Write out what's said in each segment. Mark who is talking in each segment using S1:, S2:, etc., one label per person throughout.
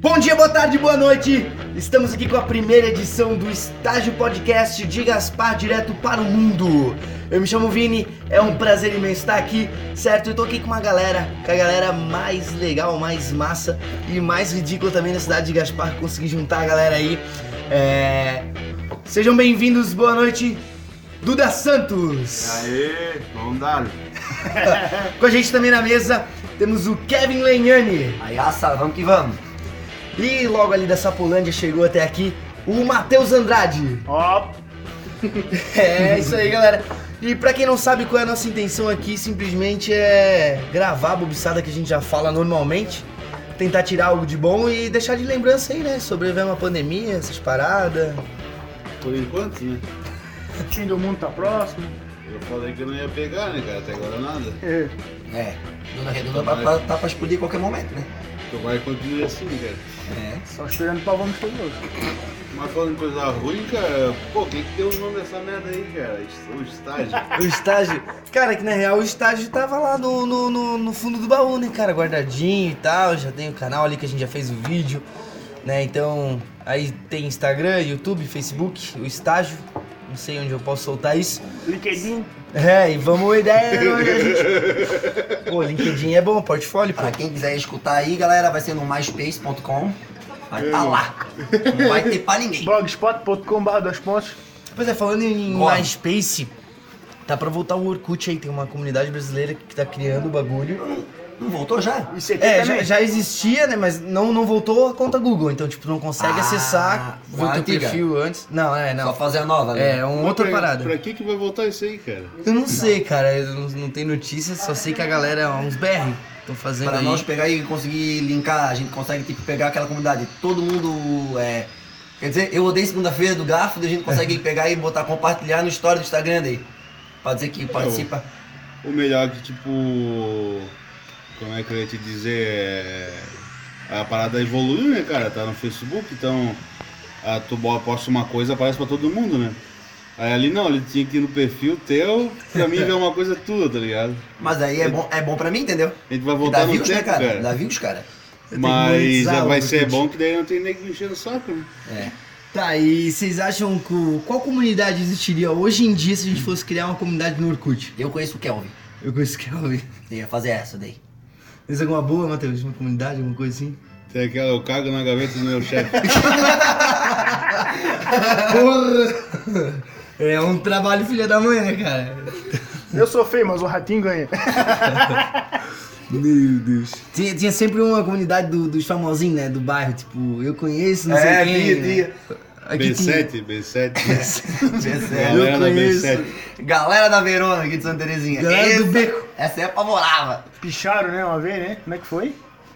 S1: Bom dia, boa tarde, boa noite. Estamos aqui com a primeira edição do Estágio Podcast de Gaspar direto para o mundo. Eu me chamo Vini, é um prazer imenso estar aqui, certo? Eu tô aqui com uma galera, com a galera mais legal, mais massa e mais ridícula também na cidade de Gaspar, consegui juntar a galera aí. É, Sejam bem-vindos, boa noite, Duda Santos.
S2: Aê, vamos dar.
S1: Com a gente também na mesa temos o Kevin Lenhani.
S3: Aí,
S4: ah,
S3: aça, vamos que vamos.
S1: E logo ali da Sapolândia chegou até aqui o Matheus Andrade.
S2: Ó,
S1: É isso aí, galera. E pra quem não sabe qual é a nossa intenção aqui, simplesmente é gravar a bobiçada que a gente já fala normalmente, tentar tirar algo de bom e deixar de lembrança aí, né? Sobreviver a uma pandemia, essas paradas.
S2: por enquanto, né?
S4: O fim do mundo tá próximo.
S2: Eu falei que eu não ia pegar, né, cara? Até agora nada.
S4: É.
S3: É, Dona Redonda tá, pra- tá pra explodir a qualquer momento, né?
S2: Tomara que continue assim, cara.
S3: É.
S4: Só esperando o pavão todo.
S2: Mas falando em coisa ruim, cara, pô, quem que deu o nome dessa merda aí, cara? Est- O estágio.
S1: O estágio. Cara, que na real o estágio tava lá no, no, no- no fundo do baú, né, cara? Guardadinho e tal. Já tem o canal ali que a gente já fez o vídeo, né? Então, aí tem Instagram, YouTube, Facebook, o estágio. Não sei onde eu posso soltar isso.
S4: LinkedIn.
S1: É, e vamos a ideia é onde a gente. Pô, LinkedIn é bom, portfólio, pô.
S3: Pra quem quiser escutar aí, galera, vai ser no myspace.com. Vai tá lá. Não vai ter pra ninguém.
S4: Blogspot.com.br das pontes.
S1: Pois é, falando em
S3: Bora.
S1: MySpace, tá pra voltar o Orkut aí, tem uma comunidade brasileira que tá criando o bagulho.
S3: Não voltou já?
S4: Isso aqui
S1: É, já,
S4: também.
S1: já existia, né? Mas não, não voltou a conta Google. Então, tipo, não consegue
S3: Ah,
S1: acessar
S3: a
S1: o teu
S3: antiga.
S1: perfil antes. Não, é,
S3: Só
S1: não.
S3: fazer a nova, né?
S1: É, uma outra
S2: pra,
S1: parada.
S2: Pra que que vai voltar isso aí, cara?
S1: Eu não sei, cara. Eu não, não tenho notícias, só sei que a galera, é uns BR, estão fazendo
S3: Pra
S1: aí.
S3: nós pegar e conseguir linkar, a gente consegue tipo, pegar aquela comunidade. Todo mundo é. Quer dizer, eu odeio segunda-feira do Garfo, daí a gente consegue pegar e botar, compartilhar no story do Instagram daí. Pra dizer que participa.
S2: O melhor que, tipo. Como é que eu ia te dizer? é, A parada evoluiu, né, cara? Tá no Facebook, então. A, tu bo- posta uma coisa, aparece pra todo mundo, né? Aí ali não, ele tinha que ir no perfil teu pra mim ver uma coisa tua, tá ligado?
S3: Mas aí é bom, é bom pra mim, entendeu?
S2: A gente vai
S3: Que
S2: voltar
S3: Dá
S2: no
S3: views,
S2: tempo,
S3: né,
S2: cara.
S3: cara? Dá views, cara.
S1: que
S2: Mas
S1: monetizar
S2: é,
S1: o
S2: vai ser
S1: Orkut.
S2: bom que daí não tem nego enchendo o saco, né?
S3: É.
S1: Tá, e vocês acham que. o- Qual comunidade existiria hoje em dia se a gente fosse criar uma comunidade no Orkut?
S3: Eu conheço o Kelvin.
S1: Eu conheço que eu
S3: Eu ia fazer essa daí.
S1: Tem alguma boa, Matheus? Uma comunidade, alguma coisa assim?
S2: Tem aquela, eu cago na gaveta do meu chefe.
S1: Porra! É um trabalho filha da mãe, né, cara?
S4: Eu sou feio, mas o ratinho ganha.
S1: Meu Deus. Tinha, tinha sempre uma comunidade do- dos famosinhos, né? Do bairro, tipo, eu conheço, não sei
S4: É,
S1: quem. né? Aqui tinha.
S2: B7, B7.
S3: Percebe?
S2: Galera da
S1: conheço.
S2: B7.
S3: é Galera da Verona aqui de Santa Terezinha.
S1: Galera do
S3: Essa-
S1: Beco.
S3: Essa é apavorava.
S4: Picharam, né, uma vez, né? Como é que foi?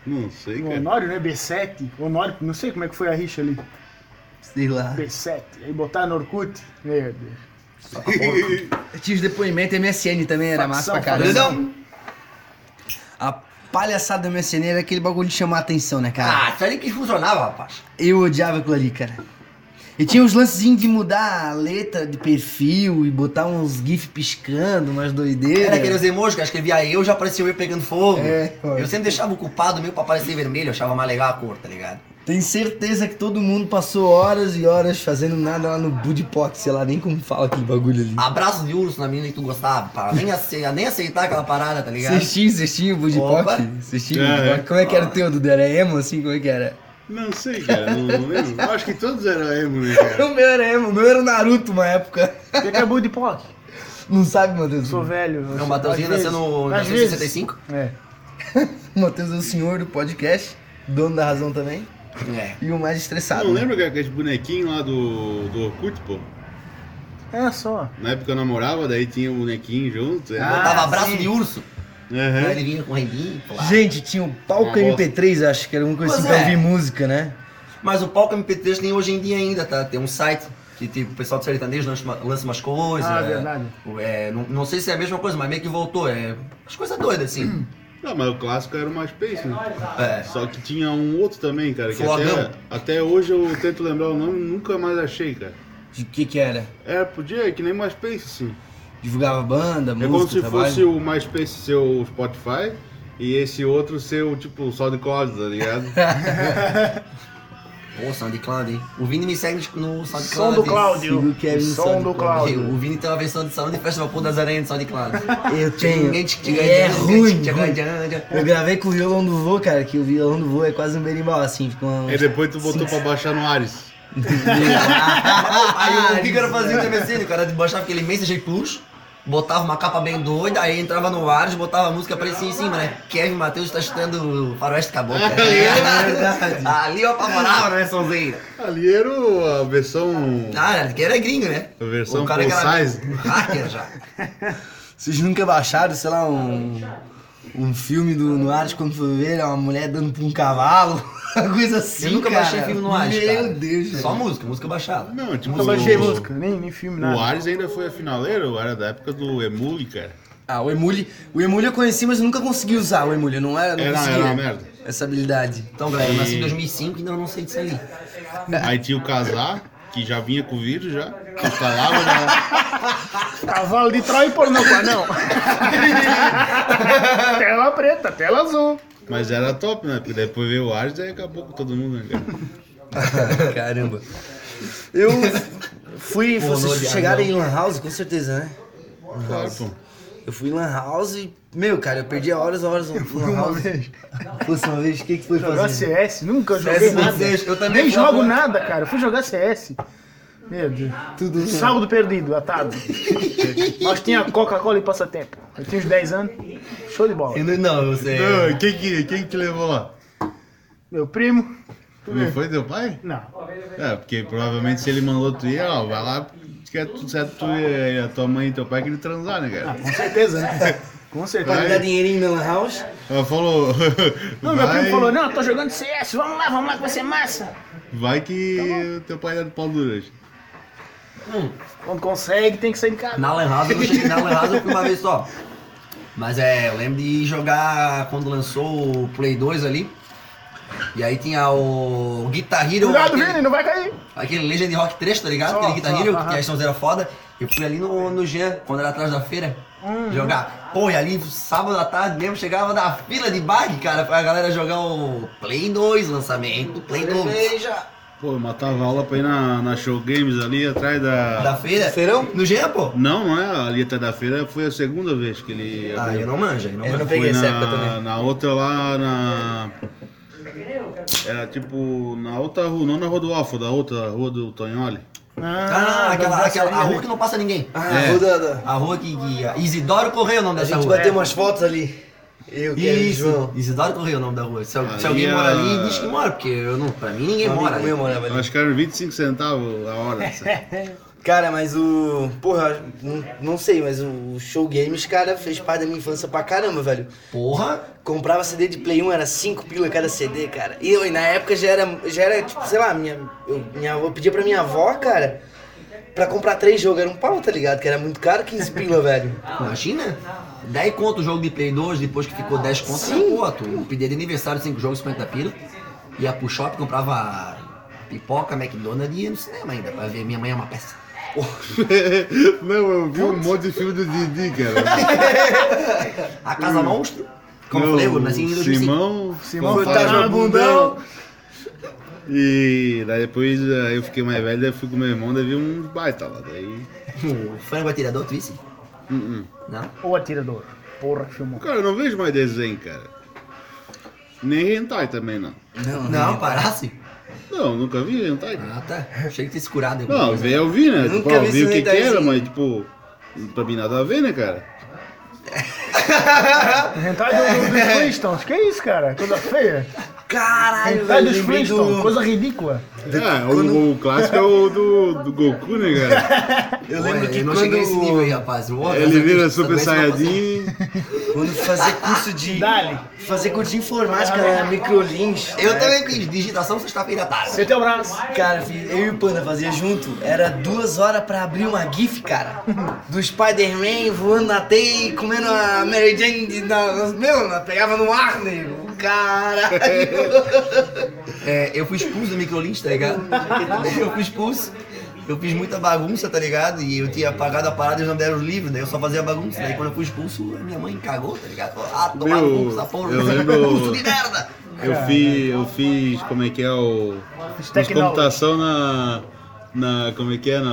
S2: Não
S3: É.
S2: sei,
S4: O
S2: cara.
S4: Honório, né? B7. Honório, não sei como é que foi a rixa ali.
S1: Sei lá.
S4: B7. Aí botaram no Orkut. Meu Deus.
S2: tá
S1: Tinha os depoimentos, MSN também era massa
S4: Facção,
S1: pra caramba.
S3: Entendeu?
S1: A palhaçada do MSN era aquele bagulho de chamar a atenção, né, cara?
S3: Ah, isso ali que funcionava, rapaz.
S1: Eu odiava aquilo ali, cara. E tinha uns lancezinhos de mudar a letra de perfil e botar uns gif piscando, umas doideiras.
S3: Era
S4: É.
S3: aqueles emojis que eu escrevia eu, já aparecia eu pegando fogo.
S1: É, olha.
S3: eu sempre deixava o culpado meu pra aparecer vermelho, eu achava mais legal a cor, tá ligado?
S1: Tenho certeza que todo mundo passou horas e horas fazendo nada lá no Budipot, sei lá nem como fala aquele bagulho
S4: Hum.
S1: ali.
S3: Abraço de urso na menina que tu gostava, para nem, ace- nem aceitar aquela parada, tá ligado?
S1: Cestinho, cestinho, Budipot.
S3: Opa.
S1: Cestinho,
S2: É,
S1: Budipot.
S2: é.
S1: Como é que era o teu, Dudu? Era emo, assim? Como é que era?
S2: Não sei, cara. Não, não lembro. Eu acho que todos eram emo, né, cara?
S1: O meu era emo, o meu era o Naruto uma época.
S4: O que que é Buddy Pop?
S1: Não sabe, Matheus?
S4: Sou velho. eu
S3: Não,
S4: sou-
S3: o Matheusinho
S4: às
S3: nasceu no
S4: vezes. Às
S3: nasceu em
S4: vezes.
S3: 65.
S4: É.
S1: O Matheus é o senhor do podcast, dono da razão também,
S3: É.
S1: e o mais estressado.
S2: Não
S1: né?
S2: lembra, cara, aquele bonequinho lá do, do Orkut, pô?
S4: É só.
S2: Na época eu namorava, daí tinha o bonequinho junto.
S3: Eu
S2: né?
S3: botava
S4: Ah,
S3: abraço
S4: sim. É.
S3: de urso, aí
S2: Aham.
S3: ele vinha com rendinho, pô.
S1: Gente, tinha o palco
S2: Uma bosta.
S1: MP3, acho que era uma coisa
S3: Pois
S1: assim pra
S3: é.
S1: ouvir música, né?
S3: Mas o palco MP3 tem hoje em dia ainda, tá? Tem um site que tipo, o pessoal do sertanejo lança, uma- lança umas coisas.
S4: Ah,
S3: é,
S4: verdade.
S3: é, não, não sei se é a mesma coisa, mas meio que voltou. É, as coisas doidas,
S4: Hum.
S3: assim.
S2: Não, mas o clássico era o MySpace, né?
S3: É.
S2: Só que tinha um outro também, cara, que
S3: Flogão.
S2: até, até hoje eu tento lembrar o nome e nunca mais achei, cara.
S1: De que que era?
S2: É, podia, é que nem MySpace, sim.
S1: Divulgava banda,
S2: É
S1: música,
S2: como se
S1: trabalho.
S2: fosse o MySpace seu Spotify e esse outro ser o tipo só de corda, tá ligado?
S3: Pô, SoundCloud, hein? O Vini me segue no SoundCloud.
S4: Som do Cláudio.
S1: Siga o
S3: é
S1: Kevin no
S4: Som do
S1: SoundCloud.
S4: Cláudio.
S3: O Vini tem uma versão de salão de festa vapor das aranhas no SoundCloud.
S1: Eu tenho.
S3: Ninguém te
S1: E
S3: ganha,
S1: é
S3: ninguém
S1: ruim,
S3: te
S1: ruim.
S3: ganha.
S1: Eu gravei com o violão do vô, cara, que o violão do vô é quase um berimbau, assim, fica uma...
S2: e depois tu botou pra baixar no Ares.
S1: Ah,
S3: Aí o que que eu fazia no TVC? O cara baixava aquele Messenger Plus, botava uma capa bem doida, aí entrava no Ares, botava a música pra ele assim em cima, né? Kevin Matheus tá estudando Faroeste Caboclo.
S1: É verdade.
S3: Ali eu apavorava, né, Sonzinho?
S2: Ali era o- a versão.
S3: Ah, que era gringo, né?
S2: A versão
S3: O cara que era
S2: full size.
S3: hacker já.
S1: Vocês nunca baixaram, sei lá, um, um filme do Noir quando for ver, é uma mulher dando pra um cavalo, uma coisa assim.
S3: eu nunca
S1: cara.
S3: baixei filme no Ares,
S1: Meu
S3: cara.
S1: Deus,
S3: Só
S1: velho.
S3: música, música baixada.
S2: Não, tipo.
S4: Nunca baixei
S2: o-
S4: música, nem, nem filme,
S2: O
S4: nada.
S2: Ares ainda foi a finaleiro, era da época do Emule, cara.
S1: Ah, o Emule. O Emule eu conheci, mas eu nunca consegui usar o Emule. eu Não era, não
S2: Era,
S1: conseguia
S2: era uma merda.
S1: Essa habilidade.
S3: Então, galera, eu nasci em 2005 e ainda não sei disso aí.
S2: Aí tinha o Casar, que já vinha com o vírus já. Que falava né? já.
S4: Cavalo de Troia e pôr no cu, não. tela preta, tela azul.
S2: Mas era top, né? Porque depois veio o Ares e acabou com todo mundo, né, cara?
S1: Caramba. Eu fui.
S3: Pô, não
S1: vocês
S3: olhar,
S1: chegaram
S3: não.
S1: em Lan House, com certeza, né?
S2: Claro, pô.
S1: Eu fui em Lan House e. Meu, cara, eu perdi horas e horas no Lan House. Fosse uma vez, o que, que foi
S4: Jogar
S1: fazer?
S4: CS, nunca joguei nada.
S3: eu também
S4: Nem
S3: fui lá
S4: jogo
S3: pro-
S4: nada, cara. Eu fui jogar CS. Meu Deus.
S1: Tudo.
S4: Sábado perdido, à tarde. Nós tinha Coca-Cola e passatempo. Eu tinha uns 10 anos. Show de bola.
S3: Eu não- Não, você.
S2: Não, quem que, quem que te levou lá?
S4: Meu primo.
S2: Não foi teu pai?
S4: Não.
S2: É, porque provavelmente se ele mandou tu ir, ó, vai lá, que é tudo certo, tu e a tua mãe e teu pai querem transar, né, cara?
S4: Com certeza, né? Com
S1: Pra dar
S4: certeza.
S1: dinheirinho na Lan House.
S2: Ela falou.
S4: Não, meu
S2: vai,
S4: primo falou, não, eu tô jogando CS, vamos lá, vamos lá que vai ser massa.
S2: vai que teu pai é do pau duro.
S4: Quando consegue, tem que sair de casa.
S3: Hum, Na Lan House eu não cheguei na Lan House, eu fui uma vez só. Mas é, eu lembro de jogar quando lançou o Play 2 ali. E aí tinha o Guitar Hero.
S4: Cuidado,
S3: aquele,
S4: Vini, não vai cair.
S3: aquele Legend Rock 3, tá ligado?
S4: Só,
S3: aquele Guitar
S4: só,
S3: Hero,
S4: aham.
S3: que a era foda. Eu fui ali no, no Jean, quando era atrás da feira,
S4: Hum.
S3: jogar. Pô, e ali sábado à tarde mesmo chegava da fila de bag, cara, pra galera jogar o Play 2 lançamento. Play 2.
S2: Pô, eu matava aula pra ir na, na Show Games ali atrás da.
S3: Da feira?
S1: Serão?
S3: No Jean, pô.
S2: Não, não é ali atrás da feira, foi a segunda vez que ele.
S3: Ah,
S2: abriu.
S3: eu não manjo, eu não
S1: Eu
S3: manjo.
S1: não peguei
S2: Foi
S1: essa
S2: na,
S1: época também.
S2: Na outra lá na. Era tipo na outra rua, não na rua do Alfa, da outra rua do Tonholi.
S3: Ah, aquela,
S4: da
S3: aquela, a
S4: Sabrina.
S3: rua que não passa ninguém.
S1: Ah,
S2: É.
S1: rodada.
S3: A rua que guia. Isidoro Correia é né, o nome
S1: A
S3: dessa
S1: gente
S3: rua.
S1: bateu umas fotos ali. Eu, Kevin e
S3: Isso,
S1: João.
S3: Isidoro Correia é o nome da rua. Se, al-
S2: Aí
S3: se alguém
S2: é-
S3: mora ali, diz que mora, porque eu não, pra mim ninguém
S1: Um amigo
S3: mora.
S1: meu
S3: ali.
S1: morava ali.
S2: Eu acho que era 25 centavos a hora.
S1: Cara, mas o. Porra, não, não sei, mas o Show Games, cara, fez parte da minha infância pra caramba, velho.
S3: Porra!
S1: Comprava CD de Play 1, era 5 pila cada CD, cara. E eu, e na época já era, já era tipo, sei lá, minha, eu, minha avó pedia pra minha avó, cara, pra comprar três jogos. Era um pau, tá ligado? Que era muito caro, 15 pila, velho.
S3: Imagina! 10 conto o jogo de Play 2, depois que ficou 10 conto, era boa. Tu pedia de aniversário 5 jogos, 50 pila. Ia pro shopping, comprava pipoca, McDonald's e ia no cinema ainda, pra ver minha mãe é uma peça.
S2: Não, eu vi um monte de filme do Didi, cara.
S3: A Casa Monstro, como eu
S2: Não,
S3: falei, eu nasci em 2005.
S2: Simão,
S4: Simão
S1: tá
S2: Fantasma
S4: Fantasma
S2: Bundão.
S4: Bundão.
S2: E daí depois eh, eu fiquei mais velho, daí eu fui com meu irmão, daí vi uns baita lá. Daí.
S3: O frango atirador, tu visse?
S2: Hum, hum.
S3: Não?
S4: O atirador. Porra, filmou.
S2: Cara, eu não vejo mais desenho, cara. Nem hentai também não.
S1: Não,
S3: Não, parasse?
S2: Não, nunca vi hentai.
S3: Uhum. Ah, tá. Achei que ter se curado. em alguma
S2: Não,
S3: coisa.
S2: ver eu vi, né?
S1: Nunca
S2: Tipo, eu
S1: vi
S2: vi o
S1: esse
S2: que que era,
S1: hentai.
S2: mas tipo, pra mim nada a ver, né, cara?
S4: Rentar do, do, dos Flintstones, que isso, cara? Coisa feia.
S1: Caralho, velho.
S4: Rentar dos
S1: lembrei do-
S4: Flintstones, coisa ridícula.
S2: Ah, o, o clássico é o do, do Goku, né, cara?
S1: Eu
S3: Olha,
S1: lembro que
S3: eu não
S1: quando,
S3: cheguei nesse nível aí, rapaz. Ô,
S2: Ele
S3: essa-
S2: vira
S3: essa
S2: Super
S3: doença não passa.
S2: Saiyajin.
S1: quando fazer curso de.
S4: Dali.
S1: Fazer curso de informática, né? É. microlinks.
S3: Eu também fiz digitação sexta-feira à tarde.
S4: Você tem o braço.
S1: Cara, fi- eu e o Panda fazia junto, era duas horas pra abrir uma GIF, cara. Do Spider-Man voando na teia e comendo a Mary Jane. de- Na, na- meu, na- pegava no ar, nego. Caralho.
S3: É, eu fui É, expulso do microlins, tá ligado? Eu fui expulso. eu fiz muita bagunça, tá ligado? E eu tinha pagado a parada e eles não deram os livros, daí eu só fazia bagunça. Daí quando eu fui expulso, minha mãe cagou, tá ligado? Falou, Ah, tomar
S2: Meu,
S3: no cu, essa porra.
S2: eu lembro-
S3: Expulso de merda!
S2: Eu fiz, eu fiz, como é que é o...
S4: Os
S2: Fiz
S4: tecnólogos.
S2: computação na... Na, como é que é? Na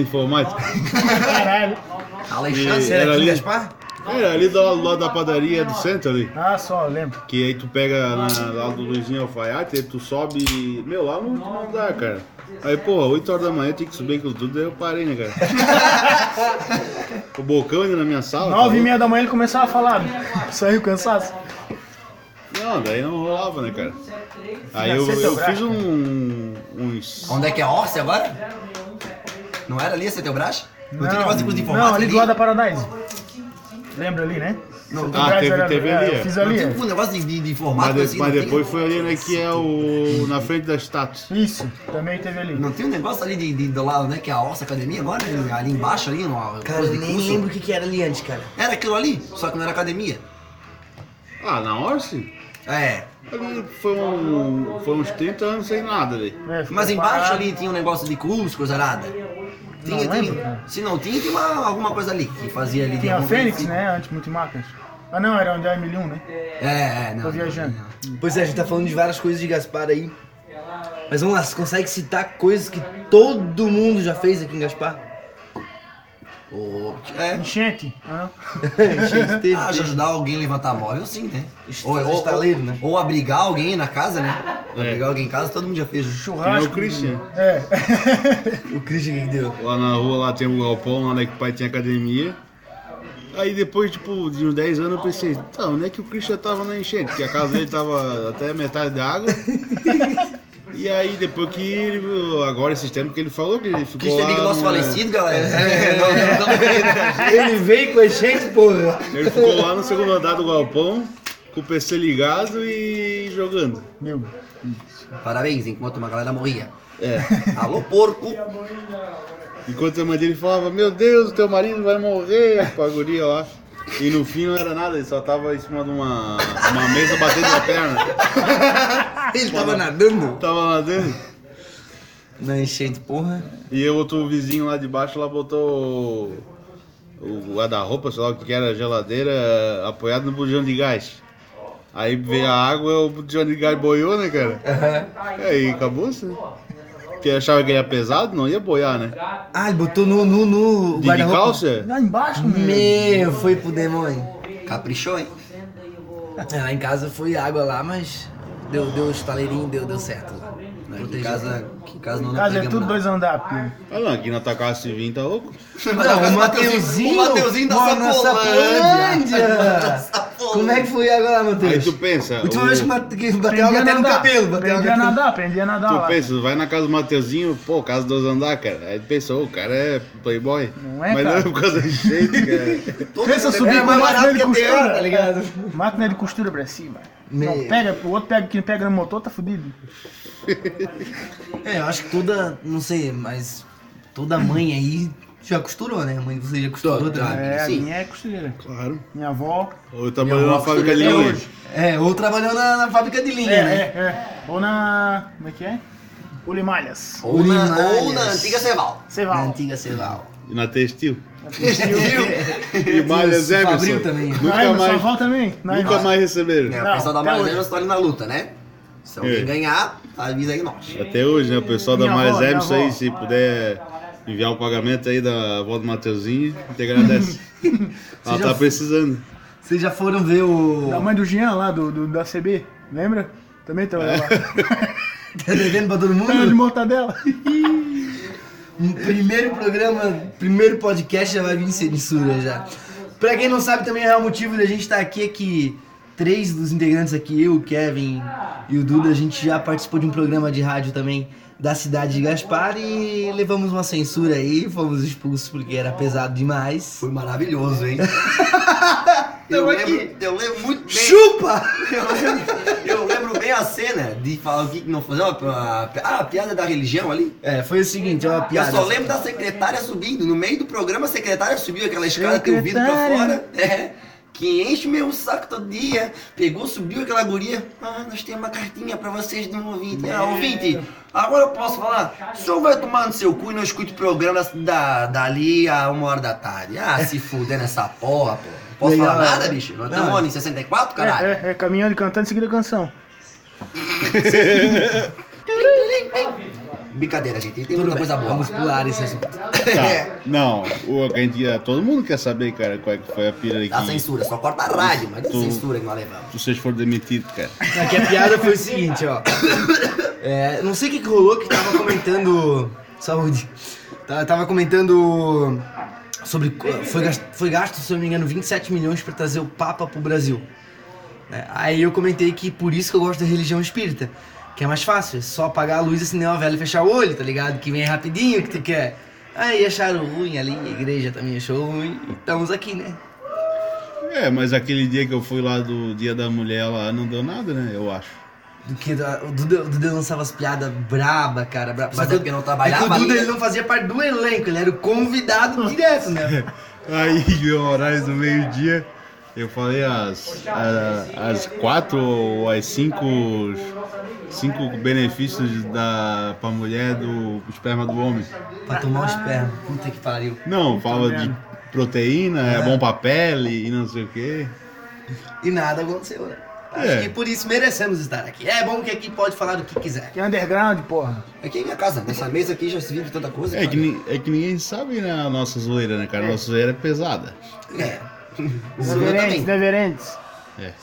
S2: Informática.
S4: Caralho.
S1: Ah,
S3: Alexandre, é
S2: Era ali-
S3: Gaspar?
S2: Era ali do lado da padaria do centro ali.
S4: Ah, só, lembro.
S2: Que aí tu pega na, lá do Luizinho Alfaiate, aí tu sobe. e- Meu, lá não, não dá, cara. Aí, porra, 8 horas da manhã tem que subir aquilo tudo, daí eu parei, né, cara? o bocão ainda na minha sala. tá
S4: Nove e meia da manhã ele começava a falar. Saiu cansaço.
S2: louco? Não, daí não rolava, né, cara? Aí eu,
S4: Aceita o
S2: eu
S4: braço.
S2: fiz um. uns.
S3: Onde é que é a Orce agora? Não era ali a Cetelbras? Não, tinha um negócio de curso de informática
S4: não, ali do lado da Paradise. Lembra ali, né?
S3: Não,
S4: Do
S2: Ah,
S4: Braz
S2: teve-
S4: era-
S2: teve
S4: é,
S2: ali, é.
S4: Eu fiz
S3: não
S4: ali.
S3: tinha
S4: é.
S3: um negócio de, de, de informática
S2: Mas, de-
S3: assim,
S2: mas
S3: não
S2: depois
S3: tem-
S2: foi ali, né, que é o. na frente da estátua.
S4: é. Isso, também teve ali.
S3: Não tem um negócio ali de, de- do lado, né? Que é a Orsa Academia agora? né, Ali embaixo, ali, uma
S1: Cara, eu
S3: coisa de
S1: nem
S3: curso.
S1: lembro o que, que era ali antes, cara.
S3: Era aquilo ali, só que não era academia.
S2: Ah, na Orse?
S3: É.
S2: Foi, um, foi uns 30 anos sem nada ali.
S4: É, ficou
S3: Mas embaixo
S4: parado.
S3: ali tinha um negócio de curso, coisa arada. Tinha,
S4: Não lembro,
S3: tinha-
S4: cara.
S3: Se não tinha, tinha uma- alguma coisa ali que fazia ali. de
S4: Tinha a
S3: algum
S4: Fênix,
S3: princípio.
S4: né? Antes multimarcas. Ah não, era onde a M1, né?
S3: É, é, não.
S4: Tô
S3: não,
S4: viajando.
S3: não.
S1: Pois é, a gente tá falando de várias coisas de Gaspar aí. Mas vamos lá, você consegue citar coisas que todo mundo já fez aqui em Gaspar?
S3: Ô, é.
S4: Enchente. Ah, não.
S1: Gente, teve,
S3: Ah, já
S1: teve.
S3: ajudar alguém a levantar móvel, sim, né?
S1: Isso,
S3: Ou, ou,
S1: estaleiro, né?
S3: ou abrigar alguém na casa, né?
S2: É.
S3: Abrigar alguém em casa, todo mundo já fez.
S2: Não é
S4: Churrasco.
S2: o Christian.
S4: É.
S1: O Christian que que deu.
S2: Lá na rua lá tem um galpão, lá né, que o pai tinha academia. Aí depois, tipo, de uns 10 anos eu pensei, tá, onde é que o Christian tava na enchente? Porque a casa dele tava até metade da água. E aí depois que ele, agora esse tempo que ele falou que ele ficou
S3: Christian
S2: lá
S3: liga o nosso
S2: no-
S3: falecido, galera. É, não, não, né? não,
S1: Ele veio com a gente, porra.
S2: é, Ele ficou lá no segundo andar do galpão, com o PC ligado e jogando.
S4: Meu.
S3: Parabéns, enquanto uma galera morria.
S2: É.
S3: Alô, porco!
S2: Enquanto a mãe dele falava, meu Deus, teu marido vai morrer com a guria lá. E no fim não era nada, ele só tava em cima de uma, uma mesa batendo na perna.
S3: Ele tava nadando.
S2: Tava lá dentro.
S1: Na enchente, porra.
S2: E o outro vizinho lá de baixo lá botou o, o guarda-roupa, sei lá o que que era, a geladeira, apoiado no bujão de gás. Aí veio a água, o bujão de gás boiou, né, cara? Aí acabou-se, né? Porque achava que ia pesado, não ia boiar, né?
S1: Ah, ele botou no, no, no
S2: De, é? de calça?
S4: Lá embaixo, meu.
S1: Meu, foi pro demônio.
S3: Caprichou, hein?
S1: É, Lá em casa foi água lá, mas deu, deu estaleirinho, deu, deu certo.
S3: Não, aqui em
S1: Protegeu.
S3: casa, aqui em casa não, não
S4: Casa é
S3: pegamos
S4: tudo
S3: nada.
S4: dois andares, pio.
S2: Ah não, aqui na Tacaça se vir tá louco.
S3: Mas agora o Mateuzinho, o Mateuzinho da
S1: mora na
S3: Sapolândia.
S1: Sapolândia. Como é que foi água lá, Matheus?
S2: Aí tu pensa,
S1: Última
S2: o-
S1: vez que bate- que
S4: Aprendi
S1: bateu
S4: a
S1: água até no
S4: nadar.
S1: cabelo. Bateu
S4: Aprendi a
S1: água até no-
S4: nadar, aprendi a nadar
S2: Tu
S4: lá.
S2: pensa, vai na casa do Mateuzinho, pô, casa dos andar, cara. Aí tu pensa, ô, o cara é playboy.
S4: Não é,
S2: Mas
S4: cara.
S2: não é por causa de jeito, cara.
S3: Todo
S4: Pensa
S3: mundo
S4: subir
S3: é
S4: com
S3: mais
S4: uma
S3: barato
S4: máquina
S3: que
S4: de
S3: a
S4: costura, É.
S3: terra.
S1: Tá ligado?
S4: Máquina de costura pra cima.
S1: Meu.
S4: Não, pega, o outro pega, quem pega no motor tá fudido.
S1: É, eu acho que toda, não sei, mas toda mãe aí já costurou, né? Mãe, você já costurou
S3: Toda.
S1: também.
S4: É, a
S3: Sim.
S4: minha é costureira.
S2: Claro.
S4: Minha avó.
S2: Eu trabalhei na fábrica de
S3: até
S2: leite.
S3: hoje.
S1: É, ou trabalhou na, na fábrica de linha,
S4: É,
S1: né?
S4: é, é. Ou na. Como é que é? Ulimalhas.
S3: Ou na,
S1: Limalhas.
S3: ou na antiga Ceval.
S4: Você
S1: Na
S4: vai.
S1: antiga Ceval.
S2: E na textil.
S1: E
S3: É,
S2: E Malhas
S1: o Fabril
S2: Emerson.
S1: também.
S2: Nunca
S4: Naima, sua
S2: mais,
S4: avó também. Naima.
S2: nunca mais receberam.
S3: É,
S4: Não,
S3: o pessoal da
S4: até
S3: Maria
S4: hoje.
S3: Emerson tá ali na luta, né? Se alguém
S2: É.
S3: ganhar, avisa aí nós.
S2: Até hoje, né? O pessoal da
S4: Minha
S2: Malhas
S4: avó, minha
S2: Emerson aí,
S4: avó.
S2: se puder enviar o pagamento aí da avó do Mateuzinho, te agradece. Ela
S1: Você
S2: tá
S1: já-
S2: precisando.
S1: Vocês já foram ver o.
S4: Da mãe do Jean lá, do, do- da CB. Lembra? Também trabalhava lá.
S1: Tá devendo pra todo
S4: Era de
S1: mundo?
S4: mortadela.
S1: Um primeiro programa, primeiro podcast já vai vir sem censura já. Pra quem não sabe também, é o real motivo da gente estar aqui é que três dos integrantes aqui, eu, o Kevin e o Duda, a gente já participou de um programa de rádio também da cidade de Gaspar e levamos uma censura aí, fomos expulsos porque era pesado demais.
S3: Foi maravilhoso, hein? eu,
S1: Tamo
S3: lembro, eu lembro muito bem.
S1: Chupa!
S3: Eu lembro, eu lembro bem a cena de falar o que que não fazer. ó, a- Ah, a piada da religião ali.
S1: É, foi o seguinte, é uma
S3: Eu
S1: piada.
S3: só lembro da secretária subindo. No meio do programa, a secretária subiu aquela escada, tem o vidro pra
S4: Secretária.
S3: fora. É. que enche o meu saco todo dia. Pegou, subiu aquela guria. Ah, nós temos uma cartinha pra vocês de um ouvinte. Ah, ouvinte, agora eu posso falar. O senhor vai tomar no seu cu e não escute o programa da, dali a uma hora da tarde. Ah, se fuder nessa porra, pô. Não posso
S5: Legal.
S3: falar nada, bicho? Nós um estamos
S5: Não.
S3: onde? Em 64,
S1: Tá
S3: caralho?
S4: É, é, é, caminhando e cantando em seguida a canção.
S3: Brincadeira, gente. Tem muita coisa boa.
S1: Vamos pular esse assunto.
S3: É.
S2: Tá, não, o, a gente, a- todo mundo quer saber, cara, qual é que foi a pira
S3: Dá
S2: que
S3: censura, só corta a rádio, mas dá
S1: Hum.
S2: Tu-
S3: censura que nós levamos.
S2: vocês foram demitidos, cara.
S1: Aqui é a piada foi o seguinte, ó. É, não sei o que, que rolou que tava comentando. Saúde. Tá- Tava comentando sobre. qu- Foi gasto, foi gasto, se eu não me engano, 27 milhões pra trazer o Papa pro Brasil. né? Aí eu comentei que por isso que eu gosto da religião espírita. Que é mais fácil, é só apagar a luz, acender uma vela e fechar o olho, tá ligado? Que vem rapidinho o que tu quer. Aí acharam ruim ali, a igreja também achou ruim. e Estamos aqui, né?
S2: É, mas aquele dia que eu fui lá do Dia da Mulher lá, não deu nada, né? Eu acho.
S1: Do que da- o Duda, o Duda lançava as piadas braba, cara. Braba.
S3: Mas é porque não trabalhava
S1: É que o Duda
S3: ali,
S1: ele
S3: né?
S1: não fazia parte do elenco, ele era o convidado direto, né?
S2: Aí, o horário do meio-dia, eu falei às, a- às quatro ou às cinco, cinco benefícios da, pra mulher do esperma do homem.
S1: pra tomar os pés. Puta que pariu.
S2: Não, fala de proteína, é bom pra pele e não sei o quê.
S1: E nada aconteceu, né? Acho
S2: É.
S1: que por isso merecemos estar aqui. É bom que aqui pode falar do que quiser.
S4: Que é underground, porra.
S3: Aqui é minha casa, nessa mesa aqui já se vive tanta coisa.
S2: É que,
S3: cara.
S2: ni- é que ninguém sabe né, a nossa zoeira, né, cara? A nossa zoeira é pesada.
S3: É. O Bruno
S4: Deverentes,
S3: também.
S4: deverentes.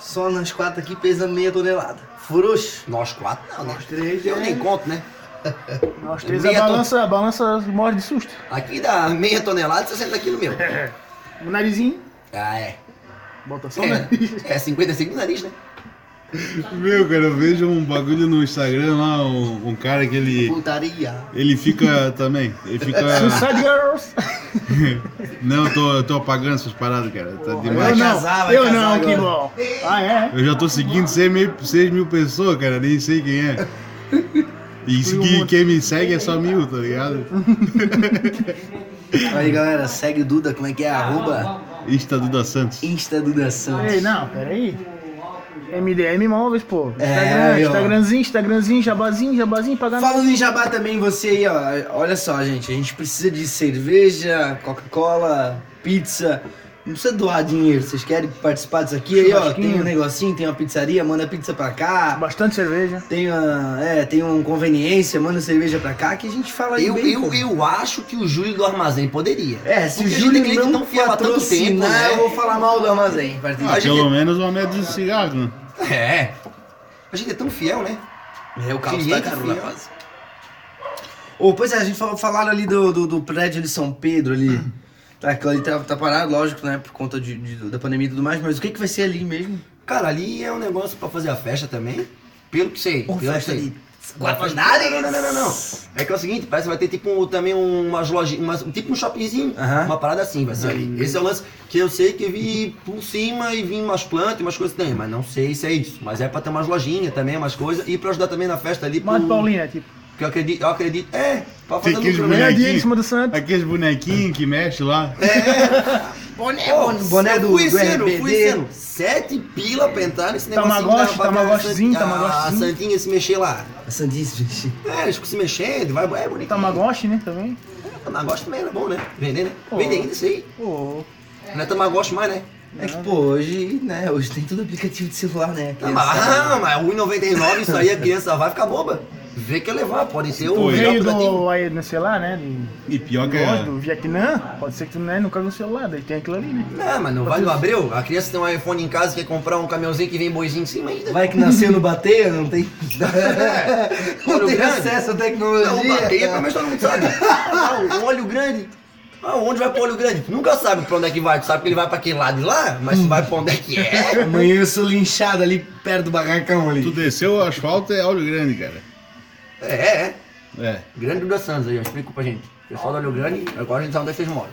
S1: Só nós quatro aqui pesa meia tonelada. Frouxo.
S3: Nós quatro não, né?
S1: Nós três,
S3: Eu
S1: né?
S3: nem conto, né?
S4: Nós três, a
S3: Meia
S4: balança, a balança morre de susto.
S3: Aqui dá meia tonelada e 60 quilos meu.
S4: O narizinho,
S3: Ah, é.
S4: bota só o nariz.
S3: É, é 55 no nariz, né?
S2: Meu, cara, eu vejo um bagulho no Instagram lá, um, um cara que ele.
S1: Putaria.
S2: Ele fica também. Ele fica.
S4: Suicide Girls.
S2: Não, eu tô, eu tô apagando essas paradas, cara. Tá
S4: Eu
S2: demais.
S4: não,
S1: casar, vai
S4: eu
S1: casar
S4: não, que
S1: agora.
S4: bom. Ah, é?
S2: Eu já tô seguindo 6 mil, seis mil pessoas, cara. Nem sei quem é. E isso que, quem me segue é só mil, tá ligado?
S1: Aí galera, segue o Duda, como é que é? Arroba
S2: Insta Duda tá Santos.
S1: Insta Duda Santos.
S4: Ei, não, peraí. MDM Imóveis, pô. Instagram,
S1: É, meu.
S4: Instagramzinho, Instagramzinho, jabazinho, jabazinho, pagando.
S1: Falando em jabá também, você aí, ó. Olha só, gente. A gente precisa de cerveja, Coca-Cola, pizza. Não precisa doar dinheiro. Vocês querem participar disso aqui? Aí, ó,
S4: Churrasquinho.
S1: tem um negocinho, tem uma pizzaria, manda pizza pra cá.
S4: Bastante cerveja.
S1: Tem uma, é, tem uma conveniência, manda cerveja pra cá, que a gente fala aí
S3: Eu,
S1: bem,
S3: eu,
S1: pô.
S3: eu acho que o Júlio do armazém poderia.
S1: É, se o
S3: Porque a gente
S1: Júlio
S3: tem cliente
S1: não
S3: tão fiel há tanto tempo,
S1: patrocinar,
S3: né?
S1: eu vou falar mal do armazém. a partir
S2: Ah,
S1: de-
S2: pelo menos uma média de cigarro, né?
S3: É. A gente é tão fiel, né?
S1: É, o caos tá
S3: Cliente
S1: caro,
S3: fiel.
S1: rapaz. Ô, pois é, a gente falou, falaram ali do, do, do prédio de São Pedro ali.
S3: Hum.
S1: Tá, aquilo ali tá, tá parado, lógico, né? Por conta de, de- da pandemia e tudo mais, mas o que, que vai ser ali mesmo?
S3: Cara, ali é um negócio pra fazer a festa também. Pelo que sei.
S1: Ou
S3: pelo que sei.
S1: ali.
S3: Guapandares? Não, não, não, não, não. É que é o seguinte, parece que vai ter tipo um- também umas lojas, umas- tipo um shoppingzinho,
S1: Aham. Uhum.
S3: uma parada assim, vai ser ali. Esse é o lance que eu sei que eu vi por cima e vi umas plantas e umas coisas também, mas não sei se é isso. Mas é pra ter umas lojinhas também, umas coisas, e pra ajudar também na festa ali.
S4: Mata
S3: pro-
S4: Paulina, tipo.
S3: Que eu acredito, eu acredito. É, pra fazer
S2: Tem aqueles
S3: lucro,
S4: Melhor
S3: né?
S4: dia em cima do Santos.
S2: Aqueles bonequinhos que mexe lá.
S1: Boné,
S3: Pô,
S1: boné, boné
S3: eu
S1: do, do
S3: é fui sendo, fui sendo.
S1: RBD.
S3: Sete pila pra entrar nesse negocinho.
S4: Tamagotchi,
S3: dava pra ter a
S4: tamagotchizinho,
S3: Sant-
S4: tamagotchizinho.
S3: A Ah, Santinha se mexer lá.
S1: Sandice, gente.
S3: É, eles ficam se mexendo, vai, é bonito.
S4: Tamagotchi, né, também.
S3: Tamagotchi também era bom, né? Vender, né?
S4: Pô.
S3: Vender ainda isso aí.
S4: Pô,
S3: Não é Tamagotchi mais, né?
S1: É que, pô, hoje, né? Hoje tem tudo aplicativo de celular, né?
S3: Ah, mas, ah, mas R$1,99 isso aí a criança vai ficar boba. Vê que é levar, pode ser o
S4: o
S2: Oi.
S4: veio
S3: aplicativo.
S4: do, aí, não sei lá, né, do,
S2: E pior que
S4: do
S2: é.
S4: Vietnã, pode ser que tu né, não caia no celular, daí tem aquilo ali, né?
S3: Não, mas não vale o Abreu. A criança tem um iPhone em casa, quer comprar um caminhãozinho que vem boizinho em cima ainda.
S1: Vai que nasceu no bater, não tem. não
S3: Olho
S1: tem
S3: grande.
S1: acesso à
S3: Não,
S1: tecnologia.
S3: bateia pelo menos todo mundo sabe. Ah, o óleo grande. Ah, onde vai pro óleo grande? Tu nunca sabe pra onde é que vai. Tu sabe que ele vai pra aquele lado de lá, mas tu vai pra onde é que é.
S1: Amanhã eu sou linchado ali perto do barracão ali.
S2: Tu desceu o asfalto é óleo grande, cara.
S3: É, é. é.
S2: É.
S3: Grande Duda Santos aí, ó. explica pra gente. Pessoal do óleo grande, agora a gente sabe onde é que vocês moram.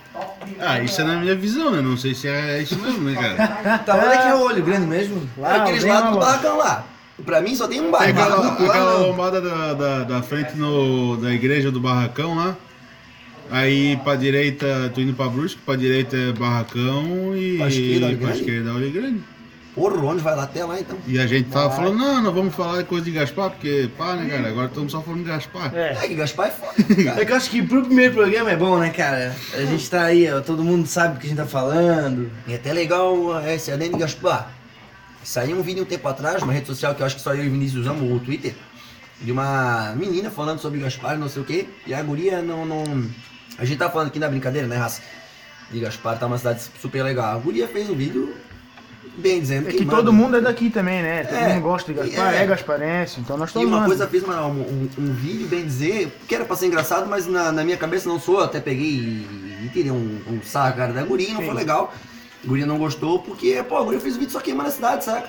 S2: Ah, isso é na minha visão, né? Não sei se é isso mesmo, né, cara?
S1: Tá, olha que é o olho grande mesmo.
S4: Lá,
S3: Aqueles
S4: bem
S3: lados do
S4: lá, lá.
S3: barracão lá. Pra mim só tem um
S2: É
S3: bairro.
S2: aquela,
S3: Barracão,
S2: aquela
S3: lá,
S2: lombada da, da, da frente no, da igreja do barracão lá. Aí pra direita, tô indo pra Brusque, pra direita é Barracão e
S3: Pra esquerda, Olho
S2: pra
S3: Grande?
S2: esquerda Olho Grande.
S3: Porra, o ônibus vai lá até lá então.
S2: E a gente tava falando, não, não vamos falar de coisa de Gaspar, porque pá, né, cara? Agora estamos só falando de Gaspar.
S4: É.
S3: É que Gaspar é foda,
S1: É
S3: cara.
S1: que eu acho que pro primeiro programa é bom, né, cara? A gente tá aí, ó, todo mundo sabe o que a gente tá falando.
S3: E até legal é, esse além de Gaspar. Saiu um vídeo um tempo atrás, uma rede social que eu acho que só eu e o Vinícius usamos, o Twitter, de uma menina falando sobre Gaspar, não sei o quê, e a guria não. não... A gente tá falando aqui na brincadeira, né, raça? De Gaspar tá uma cidade super legal. A guria fez um vídeo bem dizendo
S4: É que
S3: manda.
S4: todo mundo é daqui também, né? Todo
S3: É.
S4: mundo gosta de Gaspar,
S3: É.
S4: é, Gasparense, então nós
S3: E
S4: estamos
S3: uma
S4: lá.
S3: coisa fez uma- um, um- um vídeo, bem dizer, que era pra ser engraçado, mas na, na minha cabeça não sou, até peguei e, e tirei um, um sarro, cara, da guria, não
S4: Sim.
S3: foi legal. A guria não gostou, porque, pô, a guria fez vídeo só queimando a cidade, saca?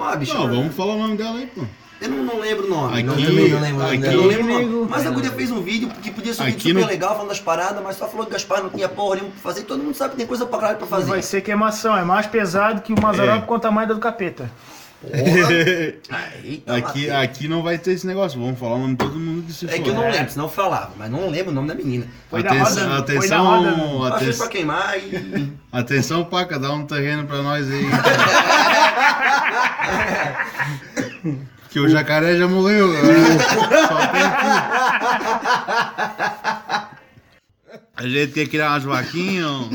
S3: Ah, bicho,
S2: Não, vamos falar o nome dela aí, pô.
S3: eu não, não lembro o nome.
S2: Aqui-
S3: não, também não lembro o nome
S2: aqui-
S3: dela, não lembro o nome.
S4: Amigo.
S3: Mas a guria fez um vídeo que podia ser um vídeo
S2: Aqui
S3: super
S2: no-
S3: legal, falando das paradas, mas só falou que Gaspar não tinha porra nenhuma pra fazer, e todo mundo sabe que tem coisa pra caralho pra fazer.
S4: Vai ser queimação, é mais pesado que o Mazarop
S2: É.
S4: contra a mãe do capeta.
S3: Porra. Eita,
S2: Aqui,
S3: Mateus.
S2: aqui não vai ter esse negócio, vamos falar o nome de todo mundo que se
S3: assim, É
S2: for.
S3: que eu não lembro, senão eu falava, mas não lembro o nome da menina.
S4: Foi na roda,
S2: Atenção,
S4: né? Foi
S2: atenção,
S4: na roda, né?
S2: aten-
S3: Achei é pra queimar e.
S2: atenção, Paca, dá um terreno pra nós aí. que o jacaré já morreu, agora só tem tu. A gente tem que criar umas vaquinhas, um-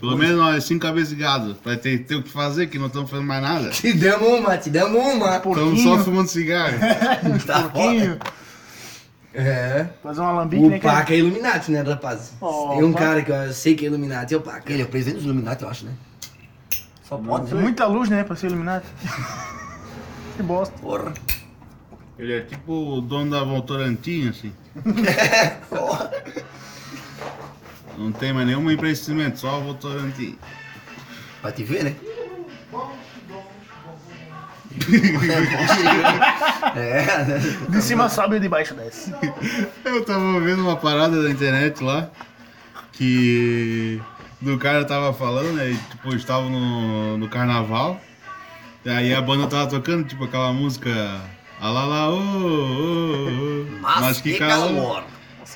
S2: pelo menos umas cinco cabeças de gado, pra ter, ter o que fazer, que não estamos fazendo mais nada.
S1: Te damos uma, te damos uma.
S2: Estamos só fumando cigarro.
S3: Tá foda.
S1: um É.
S4: Fazer um alambique, né?
S1: O
S4: que é-
S1: Paca é Illuminati, né, rapaz?
S4: Ó,
S1: Tem um
S4: Paca.
S1: cara que eu sei que é Illuminati, é o Paca.
S3: Ele é o presidente dos Illuminati, eu acho, né? Só pode,
S4: É
S3: né?
S4: Muita luz, né, pra ser iluminado. que bosta.
S3: Porra.
S2: Ele é tipo o dono da Voltorantinha, assim. Não tem mais nenhum empreendimento, só a Voltorantinha.
S3: Pra te ver, né? é, né?
S4: De cima sobe e de baixo desce.
S2: Eu tava vendo uma parada da internet lá que do cara tava falando, né? e, Tipo, eles estavam no, no carnaval. E aí a banda tava tocando, tipo, aquela música. Alala, ô, ô, ô.
S3: Mas que calor.